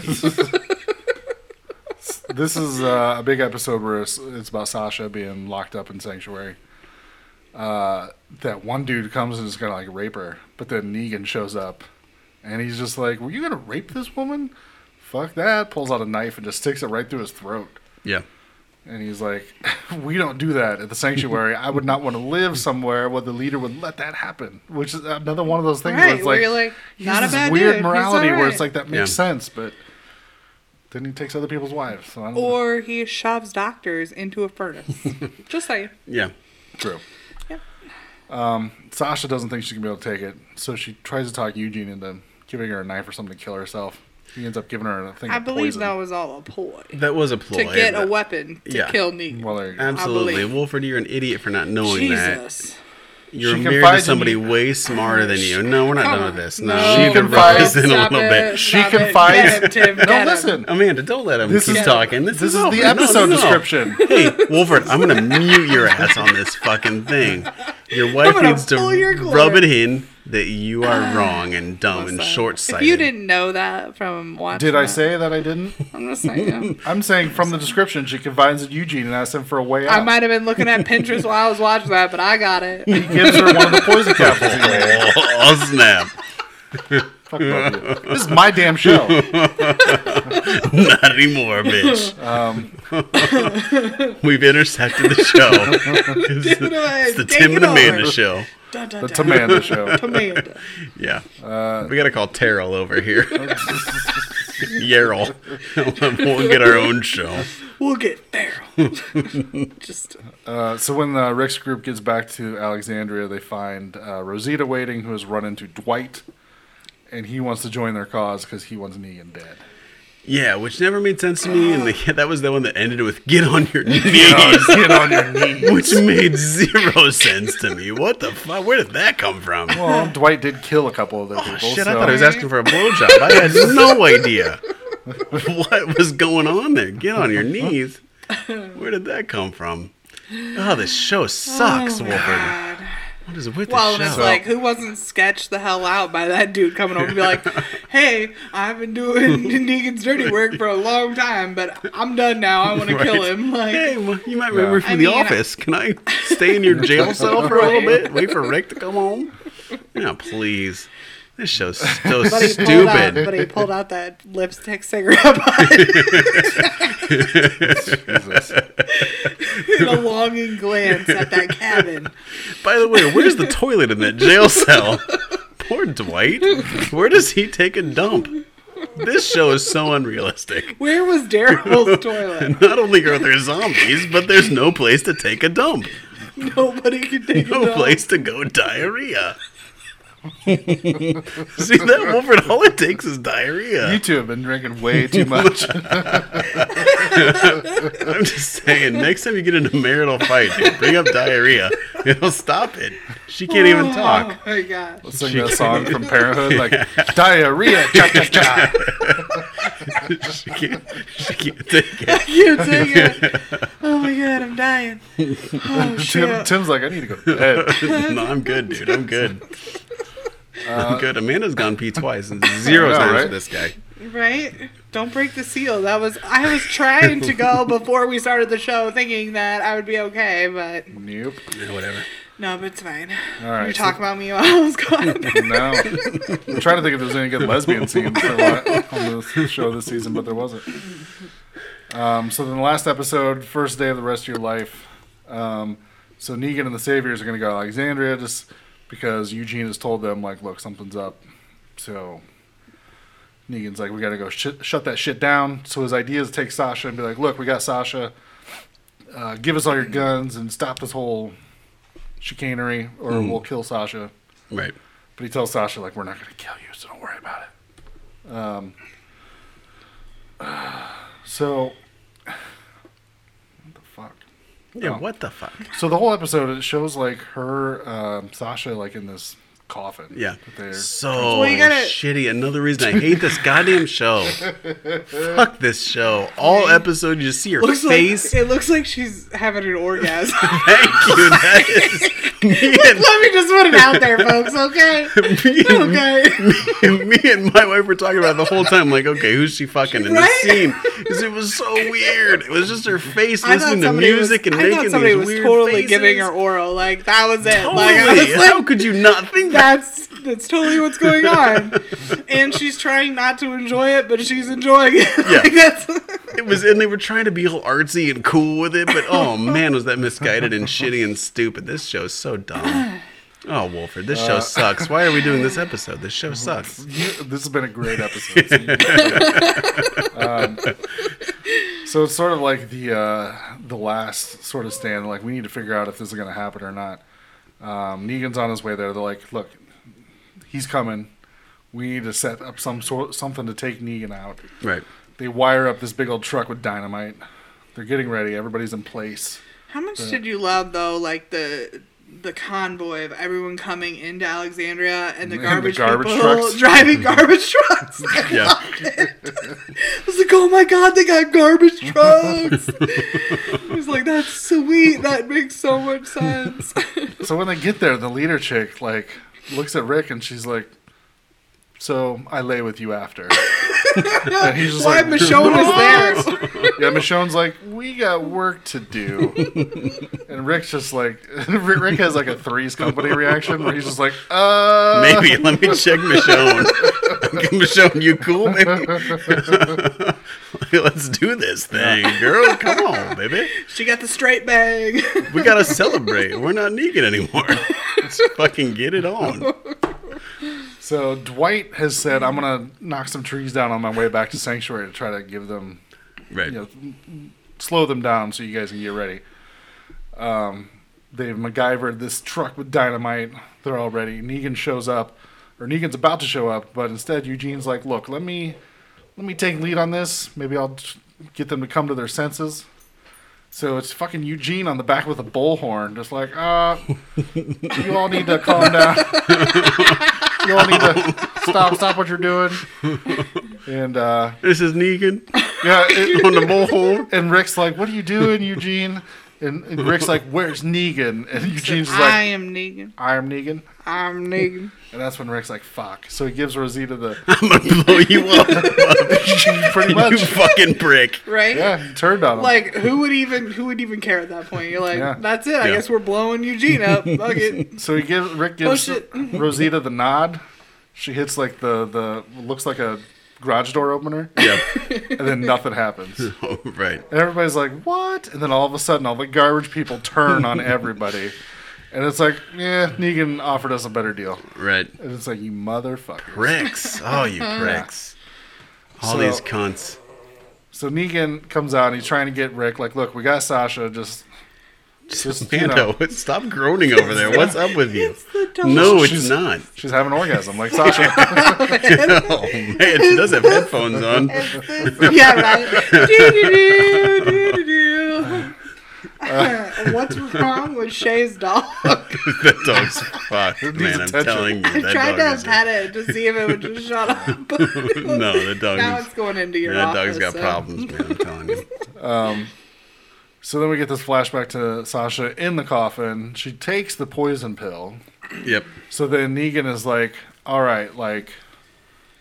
B: this is uh, a big episode where it's, it's about Sasha being locked up in sanctuary. Uh, that one dude comes and is gonna like rape her, but then Negan shows up, and he's just like, "Were you gonna rape this woman? Fuck that!" Pulls out a knife and just sticks it right through his throat.
C: yeah.
B: And he's like, "We don't do that at the sanctuary. I would not want to live somewhere where the leader would let that happen." Which is another one of those things where
D: Right,
B: it's
D: where
B: like,
D: you're like,
B: he
D: not
B: has this
D: a bad
B: weird
D: dude, he's
B: morality where
D: alright.
B: it's like that makes
C: Yeah.
B: sense, but then he takes other people's wives. So I don't
D: Or he shoves doctors into a furnace. Just saying.
C: Yeah.
B: True.
D: Yep.
B: Um, Sasha doesn't think she's gonna be able to take it, so she tries to talk Eugene into giving her a knife or something to kill herself. He ends up giving her a thing.
D: I
B: of
D: believe
B: poison.
D: that was all a ploy.
C: That was a ploy.
D: to get a
C: but-
D: weapon to
C: yeah.
D: kill Negan.
B: Well, there you go.
C: Absolutely.
D: believe.
C: Wilfred, you're an idiot for not knowing that.
D: Jesus.
C: You're
B: She
C: married
B: confides
C: to
B: in
C: somebody
B: you.
C: way smarter than you. No, we're not done with this. No,
B: She
C: we need to rub
B: confides-
C: this in a
D: Stop
C: little
D: it.
C: bit.
B: She
D: Stop it.
B: confides.
D: Get him, Tim,
B: no,
D: get him.
B: listen.
C: Amanda, don't let him
B: This
C: keep
B: is-
C: talking. This,
B: This is
C: over.
B: the
C: No,
B: episode
C: no.
B: description.
C: Hey, Wolford, I'm gonna mute your ass on this fucking thing. Your wife
D: gonna
C: needs to
D: pull your cord.
C: rub it in that you are wrong and dumb and
D: Listen,
C: short-sighted.
D: If you didn't know that from watching,
B: Did I
D: that,
B: say that I didn't?
D: I'm just saying.
B: I'm saying from the description, she confides in Eugene and asks him for a way out.
D: I might have been looking at Pinterest while I was watching that, but I got it. Oh
B: He gives her one of the poison capsules. he made.
C: Oh snap!
B: Fuck both of you. This is my damn show.
C: Not anymore, bitch. We've intercepted the show. it's, the-
D: it away.
C: it's the
D: Take
C: Tim
D: it
C: and Amanda
D: over.
C: show.
D: Dun, dun,
B: The
D: dun.
B: Tamanda show.
D: Amanda.
C: Yeah. we got to call Terrell over here. Yarrell. we'll get our own show.
D: We'll get Farrell. just
B: Uh, so when uh, Rick's group gets back to Alexandria, they find uh, Rosita waiting, who has run into Dwight, and he wants to join their cause because he wants Negan dead.
C: Yeah, which never made sense to me. And the, that was the one that ended with get on your knees.
B: Get on your knees.
C: Which made zero sense to me. What the fuck? Where did that come from? Oh,
B: Well, Dwight did kill a couple of the people.
C: Shit,
B: so
C: I thought I was asking for a blowjob. I had no idea what was going on there. Get on your knees. Where did that come from? Oh, this show
B: Oh,
C: sucks, Wolford.
D: God.
C: What is with
D: Well, and
C: this
D: it's
C: show?
D: like, who wasn't sketched the hell out by that dude coming over and be like, hey, I've been doing Negan's dirty work for a long time, but I'm done now. I want to kill
C: Right.
D: him. Like,
C: hey, well, you might remember from
D: I
C: The
D: mean, I-
C: Office. Can I stay in your jail cell for a little
D: Right.
C: bit? Wait for Rick to come home? Yeah, please. This show's so
D: But he pulled out,
C: stupid.
D: but he pulled out that lipstick cigarette butt
B: Jesus.
D: in a longing glance at that cabin.
C: By the way, where's the toilet in that jail cell? Poor Dwight. Where does he take a dump? This show is so unrealistic.
D: Where was Daryl's toilet?
C: Not only are there zombies, but there's no place to take a dump.
D: Nobody could take
C: No
D: it. off.
C: place to go diarrhea. See that Wolford? All it takes is
B: You
C: diarrhea.
B: two have been drinking way too much.
C: I'm just saying. Next time you get into a marital fight, bring up diarrhea. It'll stop it. She can't even talk.
D: Oh my gosh.
B: Sing that song from Parenthood, like diarrhea, cha cha cha.
C: She can't. She can't take it.
D: You take it. Oh my god, I'm dying. Oh
B: Tim,
D: shit.
B: Tim's like, I need to go to bed.
C: no, I'm good, dude. I'm good.
D: Uh,
C: I'm good. Amanda's gone pee twice and zero
B: I know,
C: times
B: right?
C: with this guy.
D: Right? Don't break the seal. That was I was trying to go before we started the show thinking that I would be okay, but
B: Nope.
C: Yeah, whatever.
D: no, but it's fine.
B: All right.
D: you talk about me while I was gone.
B: so- no. I'm trying to think if there's any good lesbian scenes for what- on the show this season, but there wasn't. Um, so then the last episode, first day of the rest of your life. Um, so Negan and the Saviors are going to go to Alexandria just because Eugene has told them, like, look, something's up. So Negan's like, we got to go sh- shut that shit down. So his idea is to take Sasha and be like, look, we got Sasha. Uh, give us all your guns and stop this whole chicanery, or we'll kill Sasha.
C: Right.
B: But he tells Sasha, like, we're not going to kill you, so don't worry about it. Um, so, what the fuck?
C: Yeah.
B: Oh.
C: What the fuck?
B: So the whole episode, it shows, like, her, um, Sasha, like, in this coffin.
C: Yeah.
B: that they're-
C: So
D: Well, you gotta-
C: shitty. Another reason I hate this goddamn show. fuck this show. All episode you just see her
D: Looks
C: face.
D: like, it looks like she's having an orgasm.
C: Thank you. That is me and
D: Let me just put it out there, folks, okay?
C: me and,
D: Okay.
C: me and my wife were talking about it the whole time, like, okay, who's she fucking in
D: Right?
C: this scene? 'Cause it was so weird. It was just her face
D: I thought
C: listening to
D: somebody
C: music
D: was,
C: and
D: I
C: making
D: thought somebody
C: these
D: was
C: weird
D: totally
C: faces.
D: giving her oral. Like that was it.
C: Totally.
D: Like I was like,
C: How could you not think that?
D: that's that's totally what's going on. and she's trying not to enjoy it, but she's enjoying it.
C: Yeah.
D: like that's
C: It was, and they were trying to be all artsy and cool with it, but oh man, was that misguided and shitty and stupid. This show's so dumb. Oh, Wolford, this show sucks. Why are we doing this episode? This show sucks.
B: You, this has been a great episode. so you can- um, so it's sort of like the uh, the last sort of stand. Like we need to figure out if this is going to happen or not. Um, Negan's on his way there. They're like, look, he's coming. We need to set up some sort something to take Negan out.
C: Right.
B: They wire up this big old truck with dynamite. They're getting ready. Everybody's in place.
D: How much did you love though, like the the convoy of everyone coming into Alexandria and
B: And
D: the
B: the
D: garbage,
B: garbage
D: people
B: trucks.
D: driving garbage trucks? I
C: Yeah.
D: was like, oh my god, they got garbage trucks! I was like, that's sweet. That makes so much sense.
B: So when they get there, the leader chick like looks at Rick and she's like, "So I lay with you after." and he's just
D: Why
B: like,
D: Michonne was there?
B: Yeah, Michonne's like, we got work to do. and Rick's just like, Rick Rick has like a threes company reaction where he's just like, uh.
C: Maybe. Let me check Michonne. Michonne, you cool, baby? Let's do this thing, girl. Come on, baby.
D: She got the straight bang.
C: We gotta celebrate. We're not Negan anymore. Let's fucking get it on.
B: So Dwight has said, I'm going to knock some trees down on my way back to Sanctuary to try to give them,
C: Right.
B: you know, slow them down so you guys can get ready. Um, they've MacGyvered this truck with dynamite. They're all ready. Negan shows up, or Negan's about to show up, but instead Eugene's like, "Look, let me, let me take lead on this. Maybe I'll t- get them to come to their senses." So it's fucking Eugene on the back with a bullhorn, just like, uh, you all need to calm down. you all need to stop, stop what you're doing. And uh,
C: This is Negan
B: yeah, it,
C: on the bullhorn.
B: and Rick's like, "What are you doing, Eugene?" And, and Rick's like, "Where's Negan?" And Eugene's just
D: I
B: like,
D: am Negan.
B: "I am Negan."
D: I'm Negan.
B: And that's when Rick's like, "Fuck!" So he gives Rosita the
C: I'm gonna blow you up.
B: pretty
C: you
B: much.
C: fucking prick.
D: Right?
B: Yeah, he turned on him.
D: Like who would even who would even care at that point? You're like,
B: Yeah.
D: that's it. I
C: Yeah.
D: guess we're blowing Eugene up. Fuck it.
B: so he gives Rick gives
D: oh, shit.
B: Rosita the nod. She hits like the the looks like a garage door opener,
C: Yep.
B: and then nothing happens. And
C: oh, right.
B: everybody's like, "What?" And then all of a sudden, all the garbage people turn on everybody, and it's like, "Yeah, Negan offered us a better deal."
C: Right.
B: And it's like, "You motherfucker!"
C: Pricks. Oh, you
D: Mm-hmm.
C: pricks. All
B: So-
C: these cunts.
B: So Negan comes out and he's trying to get Rick. Like, look, we got Sasha. Just Just, you
C: Mando, stop groaning over there. What's up with you?
D: It's the dog.
C: No, it's
B: She's-
C: not.
B: she's having an orgasm, like Sasha.
C: Oh man, she does have headphones on.
D: It's this- yeah, right. Do-do-do, do-do-do. What's wrong with Shay's dog?
C: that dog's fucked, man. I'm
B: attention.
C: telling you,
D: I
C: that
D: tried
C: dog
D: to
C: is.
D: pet it to see if it would just shut up.
C: No, that dog
D: now
C: is-
D: it's going into your
C: That
D: office.
C: dog's got
D: so-
C: problems, man. I'm telling you.
B: so then we get this flashback to Sasha in the coffin. She takes the poison pill.
C: Yep.
B: So then Negan is like, "All right, like,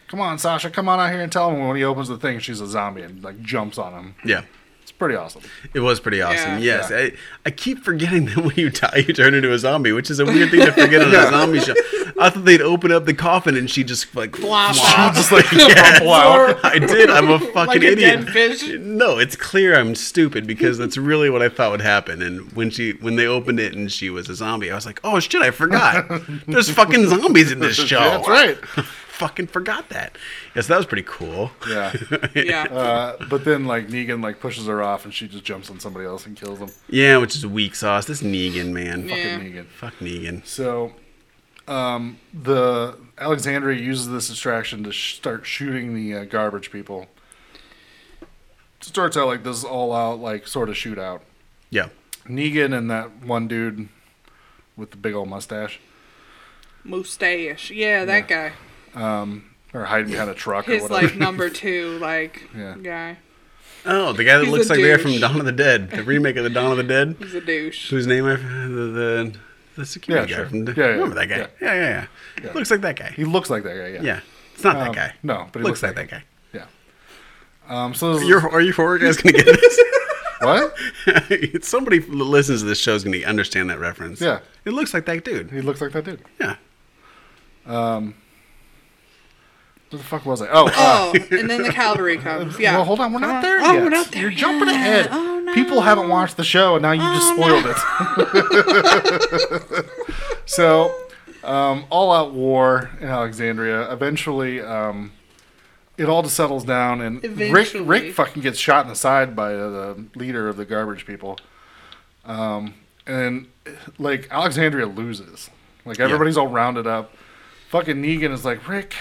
B: come on, Sasha, come on out here and tell him." When he opens the thing, she's a zombie and like jumps on him.
C: Yeah.
B: It's pretty awesome.
C: It was pretty awesome.
D: Yeah.
C: yes, I, I keep forgetting that when you die, you turn into a zombie, which is a weird thing to forget on a zombie show. I thought they'd open up the coffin and she just like
D: Flop
C: flop,
D: out.
C: just like yeah.
B: Bumble out.
C: I did. I'm a fucking
D: Like a
C: idiot.
D: dead fish.
C: No, it's clear I'm stupid because that's really what I thought would happen. And when she when they opened it and she was a zombie, I was like, oh shit, I forgot. There's fucking zombies in this show.
B: Yeah, that's right.
C: fucking forgot that. Yes, that was pretty cool.
B: Yeah.
D: Yeah.
B: Uh, but then like Negan like pushes her off and she just jumps on somebody else and kills him.
C: Yeah, which is weak sauce. This Negan man.
D: Yeah.
B: Fucking Negan.
C: Fuck, fuck Negan.
B: So, um, the Alexandria uses this distraction to sh- start shooting the uh, garbage people. Starts out like this all out like sort of shootout.
C: Yeah.
B: Negan and that one dude with the big old mustache
D: Mustache. Yeah, that guy.
B: or hiding behind a truck
D: His
B: or whatever.
D: like number two, like
B: Yeah.
D: guy.
C: Oh, the guy that
D: He's
C: looks
D: a
C: like they're from
D: douche.
C: Dawn of the Dead, the remake of the Dawn of the Dead,
D: He's a douche.
C: whose name I the the, the security
B: Yeah,
C: guy
B: sure.
C: from. The,
B: Yeah, yeah,
C: remember that guy?
B: yeah.
C: Yeah, yeah, yeah. Looks like that guy.
B: he looks like that guy. Yeah.
C: yeah, it's not that
B: Um,
C: guy.
B: no, but he
C: looks,
B: looks
C: like
B: like
C: that guy.
B: Yeah. Um, so this is-
C: You're, are you horror guys gonna get this?
B: what?
C: Somebody who listens to this show is gonna understand that reference.
B: Yeah.
C: it looks like that dude.
B: He looks like that dude.
C: Yeah,
B: Where the fuck was I? Oh, uh,
D: Oh, and then the cavalry comes. Yeah.
B: well, hold on. We're not there
D: Oh,
B: yet.
D: we're not there
B: You're jumping
D: yet.
B: ahead.
D: Oh, no. Oh,
B: People haven't watched the show, and now you just spoiled it. so, um, all out war in Alexandria. Eventually, um, it all just settles down, and Rick,
D: Eventually.
B: Rick fucking gets shot in the side by uh, the leader of the garbage people. Um, and, like, Alexandria loses. Like, everybody's all rounded up. Fucking Negan is like, Rick,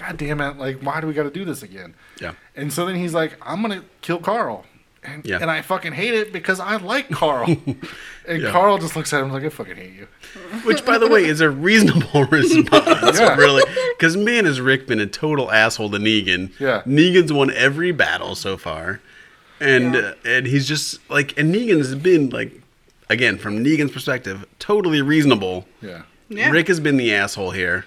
B: god damn it. Like, why do we got to do this again?
C: yeah.
B: And so then he's like, I'm gonna kill Carl. And,
C: Yeah.
B: and I fucking hate it because I like Carl. and
C: Yeah.
B: Carl just looks at him like, I fucking hate you.
C: Which, by the way, is a reasonable response,
B: Yeah.
C: really. Because man, has Rick been a total asshole to Negan.
B: Yeah.
C: Negan's won every battle so far, and
D: Yeah.
C: uh, and he's just like, and Negan's been like, again, from Negan's perspective, totally reasonable.
B: Yeah.
D: Yeah.
C: Rick has been the asshole here,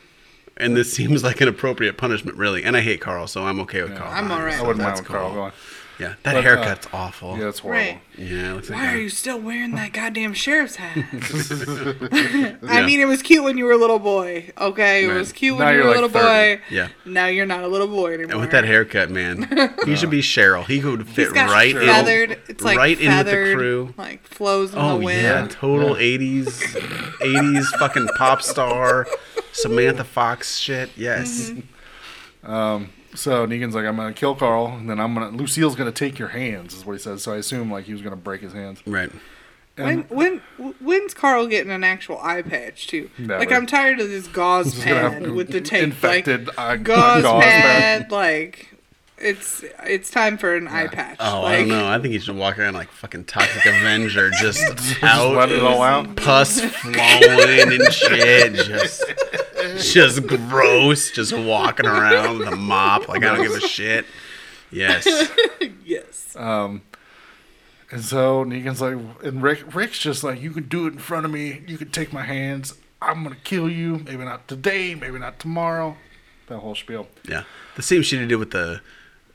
C: and this seems like an appropriate punishment, really. And I hate Carl, so I'm okay with Carl.
D: I'm
C: dying,
D: all right.
B: I
C: so
B: wouldn't mind
C: that's
B: with Carl
C: cool.
B: going.
C: Yeah, that
B: But, uh,
C: haircut's awful.
B: Yeah, it's horrible.
D: Right.
C: Yeah, it looks like
D: Why are
C: a-
D: you still wearing that goddamn sheriff's hat?
C: Yeah.
D: I mean, it was cute when you were a little boy. Okay, it
C: Right.
D: was cute
B: Now
D: when you were
B: you're
D: a little
B: like 30.
D: boy.
C: Yeah.
D: Now you're not a little boy anymore.
C: And with that haircut, man, he should be Cheryl. He could fit
D: He's got
C: right in.
D: feathered. It's like
C: right in with
D: feathered,
C: the crew.
D: Like flows in
C: Oh
D: the wind.
C: yeah, total eighties, eighties fucking pop star, Samantha Fox shit. Yes,
D: Mm-hmm.
B: So Negan's like, I'm gonna kill Carl, and then I'm gonna Lucille's gonna take your hands, is what he says. So I assume like he was gonna break his hands.
C: right.
D: When
B: And
D: when w- when's Carl getting an actual eye patch too?
B: Never.
D: Like I'm tired of this gauze
B: he's gonna
D: pad
B: have
D: with the tape.
B: infected
D: like,
B: eye-
D: gauze,
B: gauze
D: pad, like it's it's time for an eye patch.
C: Oh,
D: like,
C: I don't know. I think he should walk around like fucking Toxic Avenger, just
B: Just
C: out,
B: let it all out.
C: pus flowing and shit, just just gross, just walking around with a mop. Like I don't give a shit. Yes,
D: Yes.
B: And so Negan's like, and Rick, Rick's just like, you can do it in front of me. You can take my hands. I'm gonna kill you. Maybe not today. Maybe not tomorrow. That whole spiel.
C: yeah. The same shit he did with the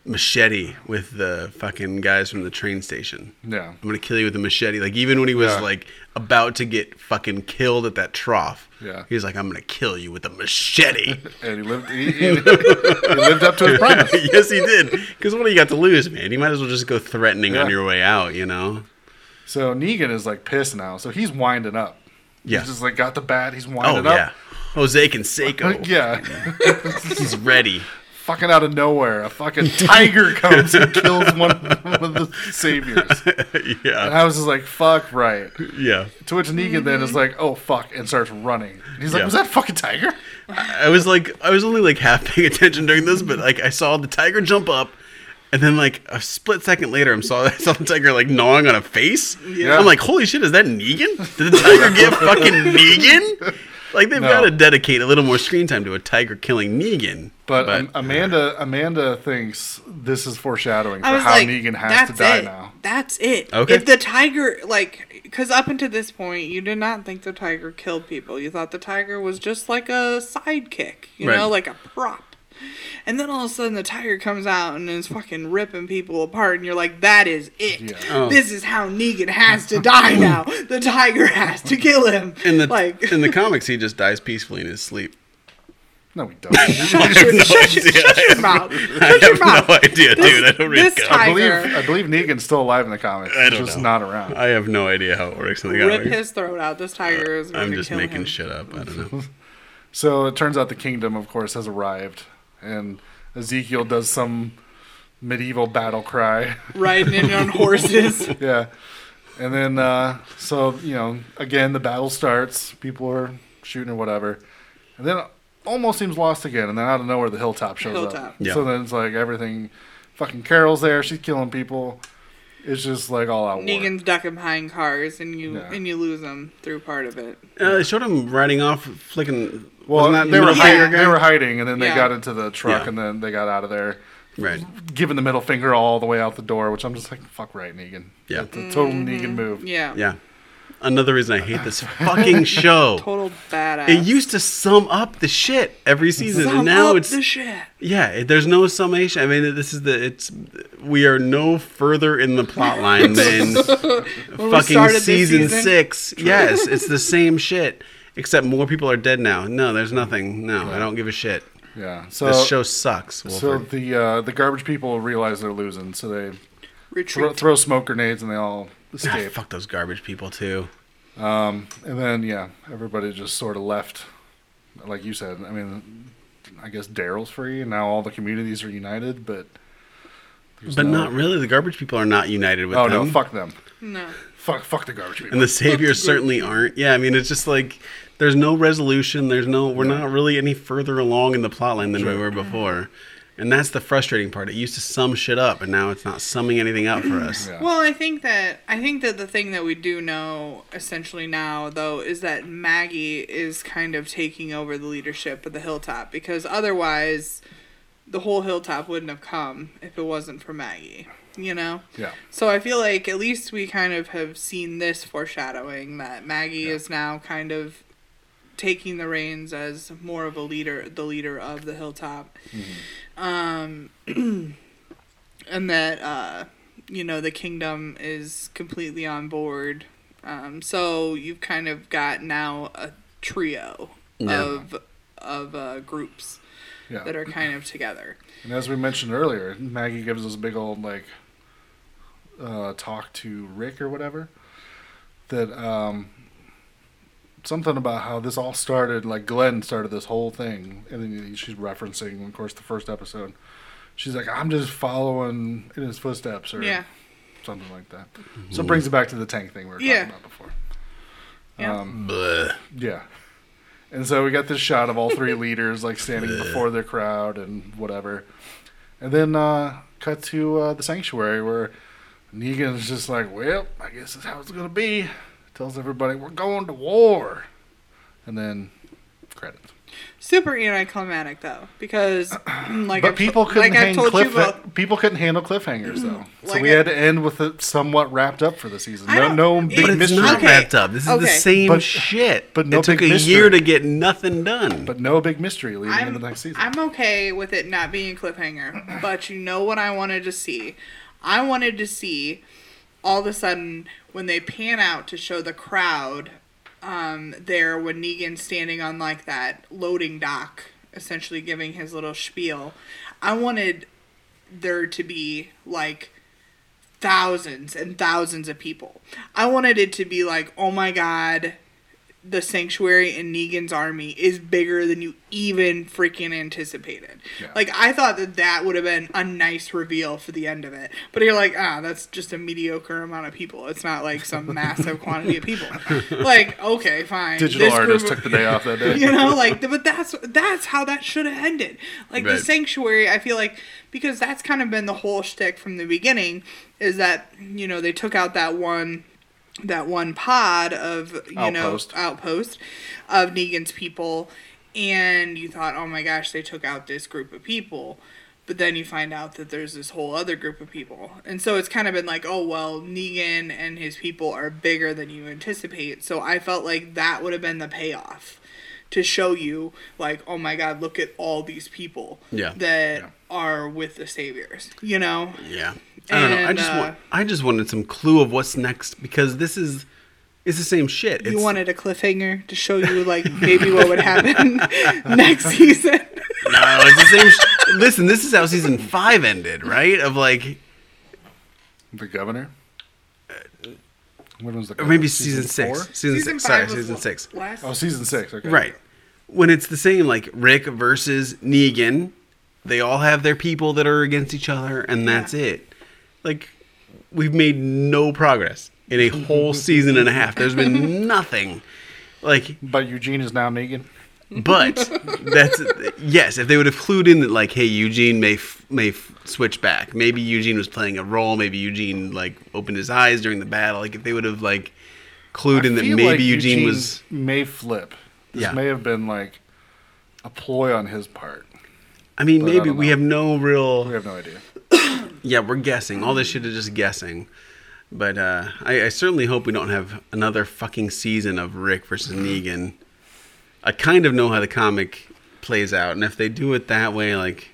C: machete with the fucking guys from the train station.
B: Yeah.
C: I'm gonna kill you with a machete. Like even when he was
B: Yeah.
C: like about to get fucking killed at that trough,
B: Yeah.
C: he was like, "I'm gonna kill you with a machete."
B: And he lived. He, he, he lived up to his promise.
C: yes, he did. Because what do you got to lose, man? You might as well just go threatening on
B: Yeah.
C: your way out. You know?
B: So Negan is like pissed now. So he's winding up.
C: Yeah.
B: He's just like got the bat. He's
C: Oh
B: winding
C: yeah,
B: up.
C: Jose Canseco.
B: Yeah.
C: he's ready.
B: fucking out of nowhere, a fucking tiger comes and kills one of the saviors. And
C: yeah,
B: I was just like, "Fuck right."
C: yeah.
B: To which Negan then is like, "Oh fuck," and starts running. And he's like,
C: Yeah.
B: "Was that fucking tiger?"
C: I was like, I was only like half paying attention during this, but like I saw the tiger jump up, and then like a split second later, I saw I saw the tiger like gnawing on a face.
B: Yeah.
C: I'm like, holy shit, is that Negan? Did the tiger get fucking Negan? Like they've
B: No.
C: got to dedicate a little more screen time to a tiger killing Negan.
B: But, um, Amanda, Amanda thinks this is foreshadowing for
D: I was
B: how
D: like,
B: Negan has
D: that's
B: to die
D: it.
B: now.
D: That's it.
C: Okay.
D: If the tiger, like, because up until this point, you did not think the tiger killed people. You thought the tiger was just like a sidekick, you
C: Right.
D: know, like a prop. And then all of a sudden, the tiger comes out and is fucking ripping people apart, and you're like, "That is it.
B: Yeah.
C: Oh.
D: This is how Negan has to die now. The tiger has to kill him."
C: in the
D: like,
C: in the comics, he just dies peacefully in his sleep.
B: No, we don't.
D: shut your, shut your, shut your mouth. Shut
C: I
D: your
C: have
D: mouth.
C: no idea, dude. I don't read
D: this
C: comics.
D: time-
B: I believe
D: Tiger.
B: I believe Negan's still alive in the comics.
C: I
B: He's
C: don't
B: just
C: know.
B: not around.
C: I have no idea how it works in the
D: Rip
C: comics.
D: his throat out. This tiger is.
C: I'm
D: gonna
C: just
D: kill
C: making
D: him.
C: shit up. I don't know.
B: So it turns out the kingdom, of course, has arrived, and Ezekiel does some medieval battle cry.
D: riding in on horses.
B: yeah. And then, uh, so, you know, again, the battle starts. People are shooting or whatever. And then it almost seems lost again. And then out of nowhere, the hilltop shows
D: Hilltop.
B: up.
C: Yeah.
B: So then it's like everything fucking Carol's there. She's killing people. It's just like all out war.
D: Negan's ducking behind cars, and you
B: Yeah.
D: and you lose him through part of it.
C: Uh, it showed him riding off, flicking.
B: Well,
C: wasn't that in
B: they
C: the
B: were,
C: middle
D: hiding-
C: finger
B: hiding,
C: guy?
B: they were hiding, and then they
D: Yeah.
B: got into the truck,
C: Yeah.
B: and then they got out of there,
C: Right.
B: giving the middle finger all the way out the door, which I'm just like, fuck right, Negan.
C: Yeah.
B: It's a total Negan move.
D: Mm-hmm. Yeah,
C: Yeah. Another reason I hate this fucking show.
D: total badass.
C: It used to sum up the shit every season,
D: Sum
C: and now
D: up
C: it's
D: the shit.
C: yeah. It, there's no summation. I mean, this is the it's we are no further in the plot line than fucking
D: started this
C: season,
D: season.
C: six. Yes, it's the same shit, except more people are dead now. No, there's nothing. No, I don't give a shit.
B: Yeah. So
C: this show sucks.
B: So
C: Wolford.
B: the uh, the garbage people realize they're losing, so they throw,
D: Retreat.
B: throw smoke grenades and they all escape.
C: Ah, fuck those garbage people too.
B: and then yeah, everybody just sort of left. Like you said, I mean, I guess Daryl's free, and now all the communities are united. But there's
C: But
B: no-
C: not really. The garbage people are not united with
B: Oh
C: them.
B: no, fuck them.
D: No,
B: Fuck fuck the garbage people.
C: and the saviors certainly aren't. Yeah, I mean, it's just like there's no resolution. There's no. We're not really any further along in the plot line than we were before, and that's the frustrating part. It used to sum shit up, and now it's not summing anything up for us.
B: Yeah.
D: Well, I think that I think that the thing that we do know essentially now though is that Maggie is kind of taking over the leadership of the hilltop because otherwise the whole hilltop wouldn't have come if it wasn't for Maggie, you know?
B: yeah,
D: So I feel like at least we kind of have seen this foreshadowing that Maggie is now kind of taking the reins as more of a leader, the leader of the hilltop,
B: Mm-hmm.
D: um, and that uh, you know the kingdom is completely on board. Um, so you've kind of got now a trio
C: Yeah.
D: of of uh, groups
B: yeah.
D: that are kind of together.
B: And as we mentioned earlier, Maggie gives us a big old like uh, talk to Rick or whatever that um, something about how this all started. Like Glenn started this whole thing, and then she's referencing, of course, the first episode. She's like, "I'm just following in his footsteps," or
D: Yeah.
B: something like that. So it brings it back to the tank thing we were
D: Yeah.
B: talking about before.
D: Yeah.
B: Um,
C: Bleh.
B: Yeah. And so we got this shot of all three leaders like standing before their crowd and whatever. And then uh, cut to uh, the sanctuary where Negan's just like, "Well, I guess that's how it's gonna be." Tells everybody we're going to war, and then credits.
D: Super anticlimactic though, because like
B: But
D: I've-
B: people couldn't
D: like I've
B: hang
D: told you both,
B: cliff. People couldn't handle cliffhangers though, so
D: Like
B: we
D: I-
B: had to end with it somewhat wrapped up for the season.
D: I
B: No,
D: don't-
B: no
D: it-
B: big
C: But it's
B: mystery,
C: not
D: Okay.
C: wrapped up. This is the
D: Okay.
C: same
B: But-
C: shit.
B: but no
C: it took a
B: big
C: year
B: mystery.
C: to get nothing done.
B: but no big mystery leading into
D: I'm,
B: the next season.
D: I'm okay with it not being a cliffhanger, but you know what I wanted to see? I wanted to see all of a sudden when they pan out to show the crowd um, there when Negan's standing on like that loading dock, essentially giving his little spiel. I wanted there to be like thousands and thousands of people. I wanted it to be like, oh my god, the sanctuary in Negan's army is bigger than you even freaking anticipated.
B: Yeah.
D: Like I thought that that would have been a nice reveal for the end of it, but you're like, ah, that's just a mediocre amount of people. It's not like some massive quantity of people. Like okay, fine.
B: Digital
D: This group
B: artist
D: of-
B: took the day off that day.
D: you know like but that's that's how that should have ended like the
C: Right.
D: sanctuary i feel like because that's kind of been the whole shtick from the beginning is that you know they took out that one that one pod of you
B: Outpost.
D: know outpost of negan's people and you thought oh my gosh they took out this group of people but then you find out that there's this whole other group of people and so it's kind of been like oh well negan and his people are bigger than you anticipate so i felt like that would have been the payoff to show you like oh my god look at all these people
C: Yeah.
D: that are with the saviors you know
C: Yeah. I don't know. I
D: And,
C: just
D: uh,
C: want I just wanted some clue of what's next because this is it's the same shit. It's,
D: you wanted a cliffhanger to show you like maybe what would happen next season
C: No, it's the same sh- Listen, this is how season 5 ended, right? Of like
B: The governor. What was the
C: or
B: governor?
C: maybe Oh, season, 6.
B: four?
C: Season, 6. Sorry, season
D: la-
C: 6.
D: last
B: Oh, season six. Okay.
C: Right. When it's the same like Rick versus Negan, they all have their people that are against each other and that's it. Like we've made no progress in a whole season and a half. There's been nothing. Like
B: But Eugene is now Negan.
C: But that's yes. If they would have clued in that, like, hey, Eugene may f- may f- switch back. Maybe Eugene was playing a role. Maybe Eugene like opened his eyes during the battle. Like, if they would have like clued in that
B: feel
C: maybe
B: like
C: Eugene, was
B: may flip. This
C: Yeah.
B: may have been like a ploy on his part.
C: I mean,
B: but I
C: maybe
B: don't
C: we
B: know.
C: have no real.
B: We have no idea.
C: Yeah, we're guessing. All this shit is just guessing. But uh, I, I certainly hope we don't have another fucking season of Rick versus Negan. I kind of know how the comic plays out, and if they do it that way, like,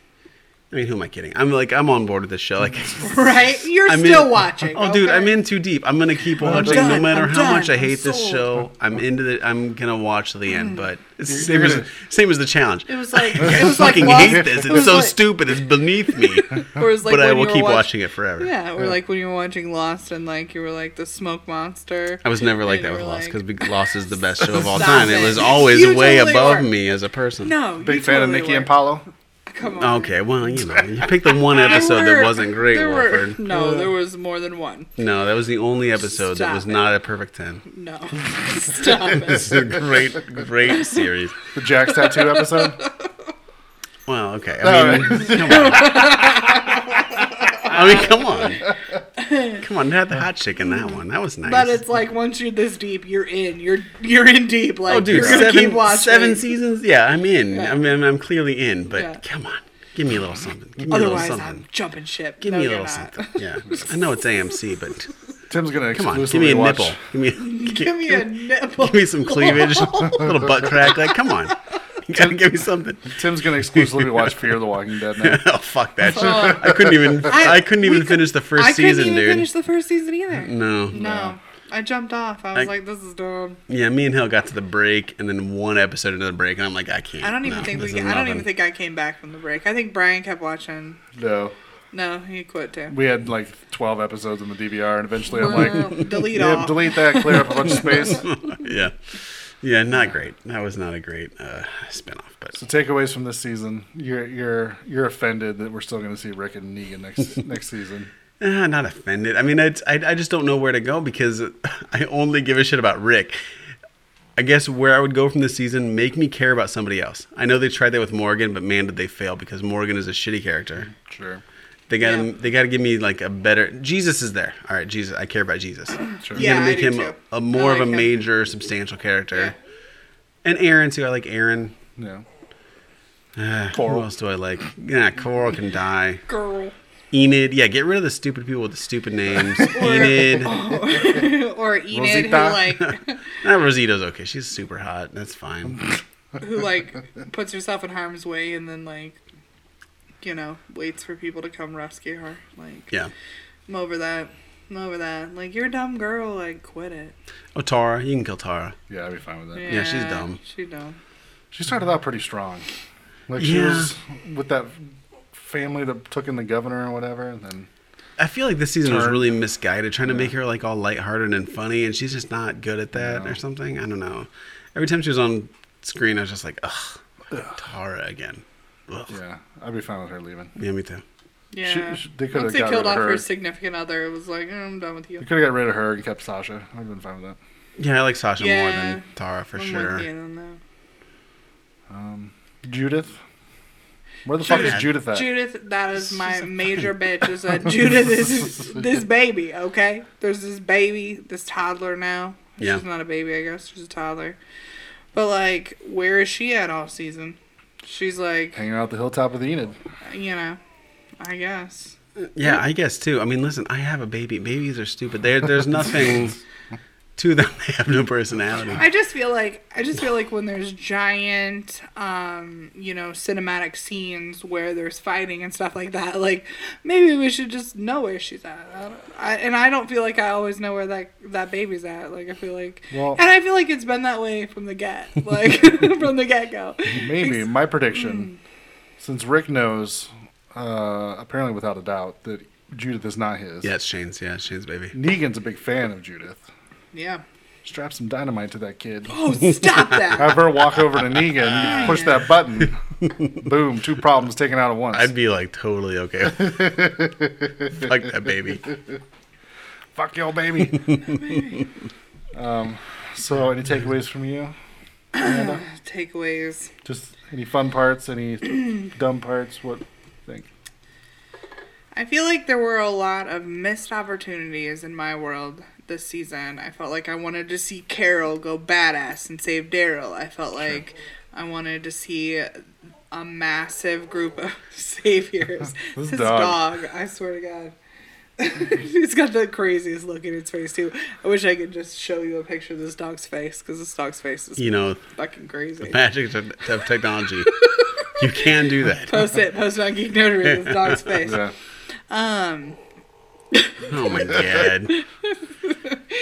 C: I mean, who am I kidding? I'm like, I'm on board with this show. Like,
D: right you're
C: I'm
D: still
C: in-
D: watching
C: Oh, dude,
D: okay?
C: I'm in too deep. I'm gonna keep watching, no
D: done.
C: matter
D: I'm
C: how
D: done.
C: much I
D: I'm
C: hate this
D: sold.
C: show. I'm into the. I'm gonna watch to the end, but it's the same
B: you're
C: as
B: gonna-
C: same as the challenge.
D: It was like
C: I
D: it was like
C: fucking
D: Lost-
C: hate this.
D: it was
C: It's so
D: like-
C: stupid. It's beneath me.
D: Or it was like
C: but I
D: when
C: will
D: you were
C: keep
D: watch-
C: watching it forever.
D: Yeah, or like when you were watching Lost and like you were like the smoke monster.
C: I was never like
D: And
C: that
D: you
C: with
D: were
C: Lost
D: like-
C: because Lost is the best show of all
D: Stop
C: time. It
D: it.
C: was always
D: You
C: way
D: totally
C: above
D: were.
C: me as a person.
D: No,
B: Big
D: you
B: fan of
D: totally
B: Nikki
D: were.
B: and Paulo.
D: Come on.
C: Oh, Okay, well, you know, you picked the one
D: There
C: episode
D: were-
C: that wasn't great,
D: there were-
C: Wilford.
D: no, there was more than one.
C: No, that was the only episode that
D: Stop
C: was
D: it.
C: not a perfect ten.
D: No, stop it.
C: It's a great, great series.
B: The Jack's tattoo episode.
C: Well, okay. I mean, come on. I mean, come on. Come on, they had the hot chick in that one. That was nice.
D: But it's like once you're this deep, you're in. You're you're in deep. Like
C: oh, dude,
D: you're gonna
C: seven,
D: keep watching.
C: seven seasons? Yeah, I'm in.
D: Yeah.
C: I mean, I'm, I'm clearly in, but
D: Yeah.
C: come on. Give me a little something. Give me
D: Otherwise,
C: a little something.
D: I'm jumping ship.
C: Give
D: no,
C: me a
D: you're
C: little
D: not.
C: something. Yeah. I know it's AMC, but
B: Tim's gonna
C: come on. Give
B: exclusively
C: me a
B: watch.
C: nipple. Give me, give,
D: Give me a nipple.
C: give me some cleavage, a little butt crack. Like, come on. You gotta give me something.
B: Tim's gonna exclusively watch Fear the Walking Dead now.
C: oh, fuck that shit. I couldn't even, I, couldn't
D: we
C: even
D: cou-
C: finish the first
D: I couldn't
C: season,
D: even
C: dude. Mm,
D: finish the first season either.
C: no.
D: No. I jumped off. I was
C: I-
D: like, this is dumb.
C: Yeah, me and Hill got to the break, and then one episode into the break, and I'm like, I can't.
D: I don't even
C: No,
D: think
C: this
D: we.
C: is
D: I don't
C: nothing.
D: even think I came back from the break. I think Brian kept watching.
B: No,
D: No, he quit too.
B: we had like twelve episodes in the DVR, and eventually I'm like,
D: Well, delete all.
B: yeah, delete that, clear up a bunch of space.
C: yeah, yeah, not great. That was not a great uh, spinoff, but
B: So takeaways from this season: you're you're you're offended that we're still gonna see Rick and Negan next next season.
C: uh, not offended. I mean, it's, I I just don't know where to go because I only give a shit about Rick. I guess where I would go from this season, make me care about somebody else. I know they tried that with Morgan, but man, did they fail because Morgan is a shitty character.
B: Sure,
C: They got to
D: Yeah.
C: they got to give me like a better Jesus is there. All right, Jesus, I care about Jesus.
B: sure.
C: You
D: Yeah.
C: gotta make
D: I do
C: him
D: too.
C: a, a more
D: I
C: of a
D: like him.
C: major, substantial character.
D: Yeah.
C: And Aaron too. I like Aaron.
B: Yeah.
C: Uh,
B: Coral.
C: Who else do I like? Yeah, Coral can die.
D: girl.
C: Enid, yeah, get rid of the stupid people with the stupid names. Enid, not
D: or Enid, who
B: Rosita.
D: like
C: Rosita's okay. She's super hot. That's fine.
D: who like puts herself in harm's way and then like you know waits for people to come rescue her. Like
C: Yeah.
D: I'm over that. I'm over that. Like you're a dumb girl. Like quit it.
C: Oh, Tara, you can kill Tara.
B: Yeah, I'd be fine with that.
D: Yeah,
C: she's dumb.
D: She dumb.
B: She started out pretty strong. Like she
C: Yeah.
B: was with that family that took in the governor and whatever, and then
C: I feel like this season was
B: Turn.
C: really misguided, trying to make her like all lighthearted and funny, and she's just not good at that
B: No.
C: or something. I don't know. Every time she was on screen, I was just like, ugh, Tara again. Ugh. Yeah.
B: yeah, I'd be fine with her leaving.
C: me too.
D: Yeah.
B: She, she, they could have
D: Once they
B: got rid
D: killed
B: of
D: off her.
B: her.
D: significant other, it was like, "Eh, I'm done with
B: They
D: you.
B: could have got rid of her and kept Sasha. I'd have been fine with that.
C: Yeah, I like Sasha more
D: Yeah.
C: than Tara for
D: I'm
C: sure.
D: with you on that.
B: Um, Judith. Where the fuck
D: Judith.
B: is Judith at?
D: Judith, that is my major bitch. Is that Judith is this baby? Okay, there's this baby, this toddler now.
C: Yeah.
D: She's not a baby, I guess. She's a toddler. But like, where is she at all season? She's like,
B: Hanging out at the hilltop with Enid.
D: you know, I guess.
C: Yeah, I guess too. I mean, listen, I have a baby. Babies are stupid. There, there's nothing to them. They have no personality.
D: I just feel like I just feel like when there's giant, um, you know, cinematic scenes where there's fighting and stuff like that, like maybe we should just know where she's at. I don't, I, and I don't feel like I always know where that that baby's at. Like I feel like,
B: Well-
D: and I feel like it's been that way from the get, like from the get go.
B: Maybe my prediction, since Rick knows, uh, apparently without a doubt, that Judith is not his.
C: Yeah, it's Shane's. Yeah, it's Shane's baby.
B: Negan's a big fan of Judith.
D: Yeah.
B: Strap some dynamite to that kid.
D: Oh, stop that!
B: Have her walk over to Negan, push that button, boom, two problems taken out at once.
C: I'd be like totally okay. Fuck that baby.
B: Fuck your baby. um, so, any takeaways from you?
D: Takeaways.
B: Just any fun parts, any dumb parts? What think?
D: I feel like there were a lot of missed opportunities in my world this season. I felt like I wanted to see Carol go badass and save Daryl. I felt like I wanted to see a massive group of saviors.
B: This
D: This his
B: dog.
D: dog. I swear to God. He's got the craziest look in his face, too. I wish I could just show you a picture of this dog's face because this dog's face is
C: You know,
D: fucking crazy.
C: magic of of technology. you can do that.
D: Post it, post it on Geek Notary, this dog's face.
B: Yeah.
C: Oh my god.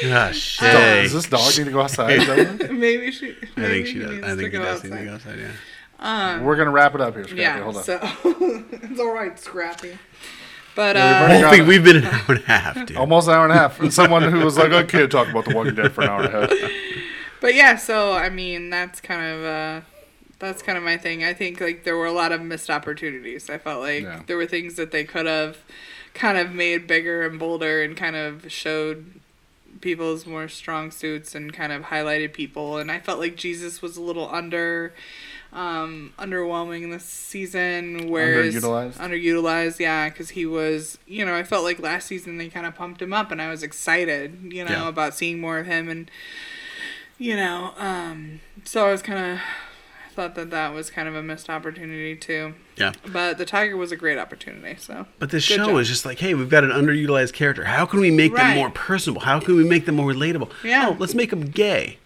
C: Ah, shit.
B: Dog- Does this dog need to go outside? Is that what-
D: Maybe she.
C: I
D: maybe
C: think she
D: he
C: does.
D: needs
C: I
D: to
C: think he
D: go
C: does need to
D: outside.
C: go outside. Yeah.
B: We're gonna wrap it up here, Scrappy.
D: Yeah,
B: Hold on.
D: so it's all right, Scrappy. But
B: Yeah, we've
D: uh,
B: already-
C: Wolfie, we've been an hour and a half, dude.
B: Almost an hour and a half. And someone who was like, I can't talk about The Walking Dead for an hour and a half.
D: but yeah, so I mean, that's kind of uh, that's kind of my thing. I think like there were a lot of missed opportunities. I felt like
B: Yeah.
D: there were things that they could have kind of made bigger and bolder, and kind of showed people's more strong suits and kind of highlighted people. And I felt like Jesus was a little under. Um, underwhelming this season. Whereas
B: Underutilized?
D: underutilized, yeah, because he was, you know, I felt like last season they kind of pumped him up, and I was excited, you know,
C: Yeah.
D: about seeing more of him, and you know, um, so I was kind of I thought that that was kind of a missed opportunity too.
C: Yeah.
D: But the tiger was a great opportunity, so
C: But this
D: Good
C: show
D: job.
C: is just like, hey, we've got an underutilized character. How can we make them
D: Right.
C: more personable? How can we make them more relatable?
D: Yeah.
C: Oh, let's make them gay.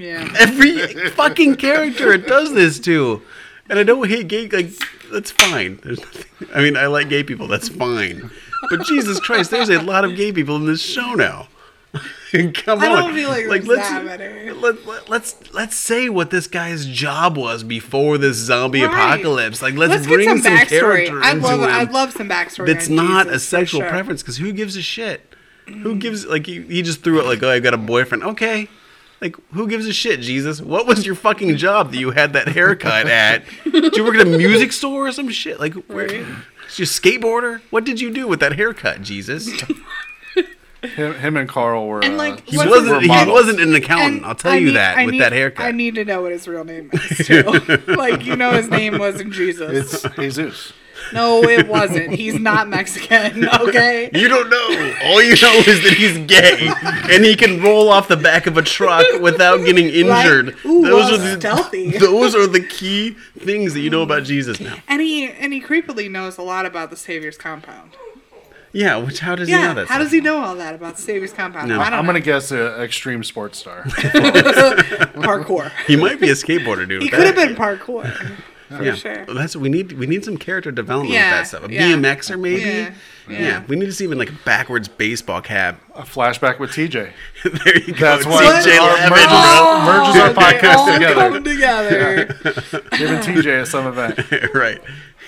D: yeah,
C: Every fucking character it does this to. And I don't hate gay, like, that's fine. There's nothing, I mean, I like gay people, that's fine. But Jesus Christ, there's a lot of gay people in this show now. Come
D: I
C: on.
D: don't feel like there's that many.
C: Let, let, let's let's say what this guy's job was before this zombie
D: Right.
C: apocalypse. Like let's,
D: let's
C: bring
D: get some,
C: character
D: backstory. I
C: into
D: love
C: him
D: I love some backstory.
C: that's
D: on
C: not
D: Jesus,
C: a
D: for
C: sexual
D: sure.
C: preference because who gives a shit? Who gives like he, he just threw it like oh I got a boyfriend okay like who gives a shit Jesus what was your fucking job that you had that haircut at did you work at a music store or some shit like where
D: Right.
C: you skateboarder what did you do with that haircut Jesus
B: Him, him and Carl were.
D: And,
B: uh,
D: like,
C: he
D: What's
C: wasn't
B: were
C: he
B: models.
C: wasn't an accountant
D: And
C: I'll tell
D: I
C: you
D: need-
C: that
D: I
C: with
D: need-
C: that
D: I
C: haircut
D: need to know what his real name is too. like you know his name wasn't Jesus.
B: It's Jesus.
D: No, it wasn't. He's not Mexican, okay?
C: You don't know. All you know is that he's gay and he can roll off the back of a truck without getting injured.
D: Like, ooh, well,
C: the,
D: stealthy.
C: those are the key things that you know about Jesus now.
D: And he and he creepily knows a lot about the Savior's compound.
C: Yeah, which how does he know
D: Yeah,
C: that?
D: how does
C: stuff?
D: he know all that about the Savior's compound?
C: No,
D: I don't
B: I'm
D: know.
B: gonna guess an extreme sports star.
D: parkour.
C: He might be a skateboarder dude.
D: He
C: That-
D: could have been parkour. For
C: yeah.
D: sure.
C: That's we need. We need some character development
D: Yeah,
C: with that stuff. A
D: yeah.
C: BMXer maybe.
D: Yeah,
C: Yeah,
D: yeah.
C: We need to see even like a backwards baseball cap.
B: a flashback with TJ.
C: there you go.
B: That's why
C: TJ
B: our
C: Lavin,
B: merges,
C: bro.
B: merges our
D: they Oh, all
B: podcast together,
D: come together.
B: giving TJ a some event.
C: right.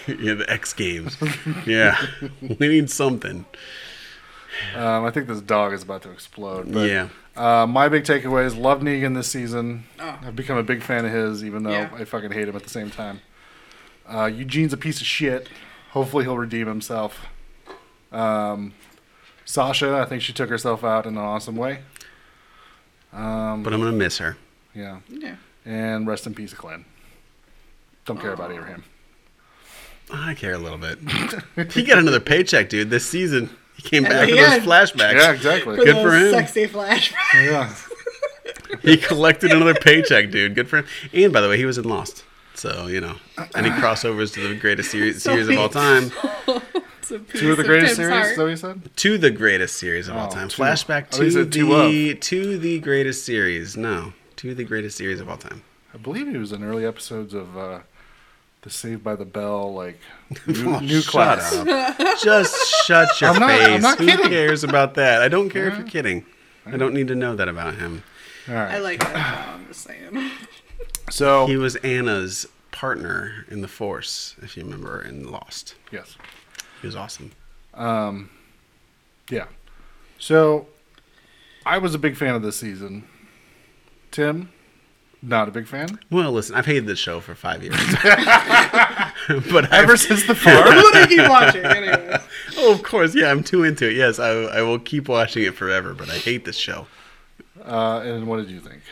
C: Yeah, the X Games. Yeah, we need something.
B: Um, I think this dog is about to explode. But,
C: yeah.
B: Uh, my big takeaway is love Negan this season.
D: Oh.
B: I've become a big fan of his, even though
D: Yeah.
B: I fucking hate him at the same time. Uh, Eugene's a piece of shit. Hopefully, he'll redeem himself. Um, Sasha, I think she took herself out in an awesome way. Um,
C: But I'm gonna miss her.
B: yeah.
D: Yeah.
B: And rest in peace, Clan. Don't care about Abraham.
C: I care a little bit. he got another paycheck, dude. This season, he came back with
D: Yeah.
C: those flashbacks.
B: Yeah, exactly.
D: For
C: Good
D: those
C: for him.
D: Sexy flashbacks.
B: Yeah.
C: He collected another paycheck, dude. Good for him. And by the way, he was in Lost, so you know, any
B: Uh-uh.
C: crossovers to the greatest series,
D: So
C: series of all
D: he-
C: time,
D: It's a piece
B: Two of the greatest
D: Tim's
B: series,
D: heart.
B: is that what you said?
C: to the greatest series of all
B: Oh,
C: time.
B: two.
C: Flashback
B: Oh, he
C: to
B: said two
C: the to the greatest series. No, to the greatest series of all time.
B: I believe he was in early episodes of uh, the Saved by the Bell, like new,
C: Oh,
B: new
C: shut
B: class.
C: up. Just shut your
B: I'm not- I'm
C: face.
B: not
C: Who
B: kidding.
C: cares about that? I don't care if you're kidding. I don't need to know that about him.
B: All right.
D: I like that. though, I'm just saying.
B: so
C: He was Anna's partner in the Force, if you remember, in Lost.
B: yes,
C: He was awesome.
B: yeah. So I was a big fan of this season. Tim, not a big fan.
C: Well, listen, I've hated this show for five years, but I've,
B: Ever since the farm,
D: What are you watching, anyways?
C: oh, of course, yeah, I'm too into it. Yes, I, I will keep watching it forever, but I hate this show.
B: uh, and what did you think?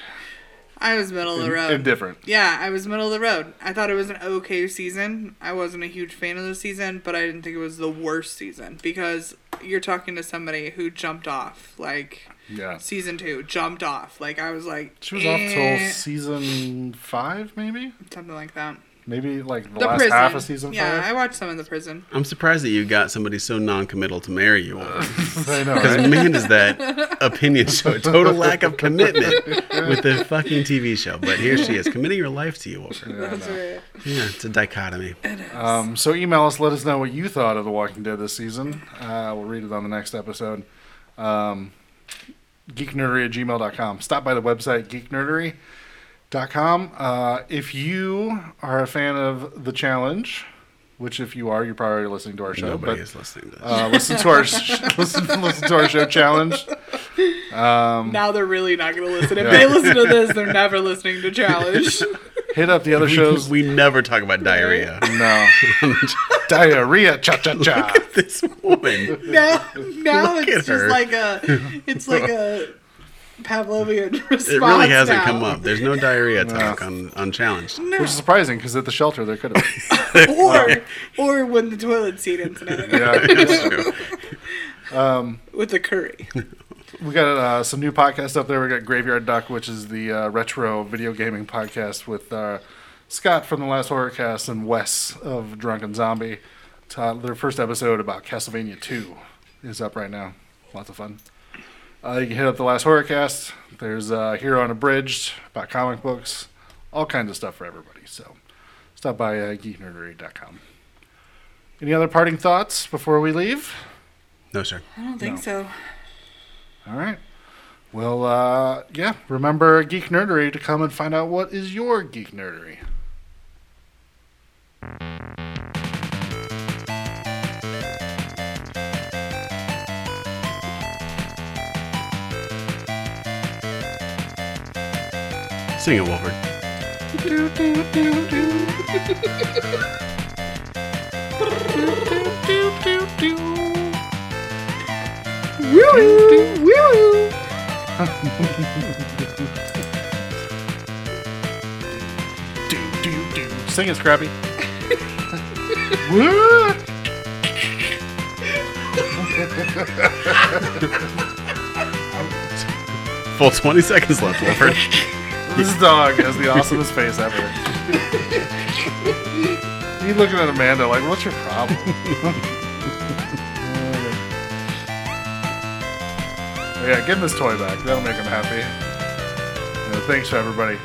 D: I was middle of the road.
B: Indifferent.
D: Yeah, I was middle of the road. I thought it was an okay season. I wasn't a huge fan of the season, but I didn't think it was the worst season because you're talking to somebody who jumped off like
B: Yeah,
D: season two, jumped off. Like I was like
B: she was off till
D: eh,
B: season five, maybe,
D: something like that.
B: maybe like the,
D: The
B: last
D: prison.
B: half of season
D: yeah, I
B: five.
D: watched some in the prison.
C: I'm surprised that you got somebody so non-committal to marry you over.
B: I know.
C: Because
B: Uh, right?
C: man, does that opinion show a total lack of commitment with the fucking TV show? But here she is, committing her life to you over.
B: Yeah, I know.
D: That's right.
C: Yeah, it's a dichotomy.
B: Um, so email us, let us know what you thought of The Walking Dead this season. Uh, we'll read it on the next episode. Um, geeknerdery at gmail.com. Stop by the website, geeknerdery.com. Uh, if you are a fan of The Challenge, which if you are, you're probably already listening to our show,
C: Nobody
B: but
C: is listening to this.
B: uh, listen to our sh- listen, listen to our show challenge.
D: Now they're really not gonna listen. If they listen to this, they're never listening to challenge.
B: Hit up the other shows.
C: we never talk about diarrhea.
B: no diarrhea, cha cha cha.
C: this woman.
D: now, now
C: Look
D: it's
C: at
D: just
C: her.
D: like a, it's like a Pavlovian response.
C: It really hasn't
D: now.
C: come up. There's no diarrhea talk on unchallenged.
D: No.
B: Which is surprising because at the shelter there could have. been.
D: or or when the toilet seat incident
B: Yeah.
D: with the curry.
B: We got uh, some new podcasts up there. We got Graveyard Duck, which is the uh, retro video gaming podcast with uh, Scott from the Last Horrorcast and Wes of Drunken Zombie. Todd, their first episode about Castlevania Two is up right now. Lots of fun. Uh, you can hit up the Last Horrorcast. There's uh, Hero on a Bridge about comic books, all kinds of stuff for everybody. So stop by uh, geeknerdery.com. Any other parting thoughts before we leave?
C: No, sir.
D: I don't think
B: No.
D: so.
B: All right. Well, uh, yeah. Remember Geek Nerdery to come and find out what is your Geek Nerdery.
C: Sing it, Wolford.
B: Do, do, do. Sing it, Scrappy. What?
C: Full 20 seconds left, Wolford.
B: This dog has the awesomest face ever. He's looking at Amanda like, what's your problem? Oh, yeah, give him his toy back. That'll make him happy. Yeah, thanks, everybody.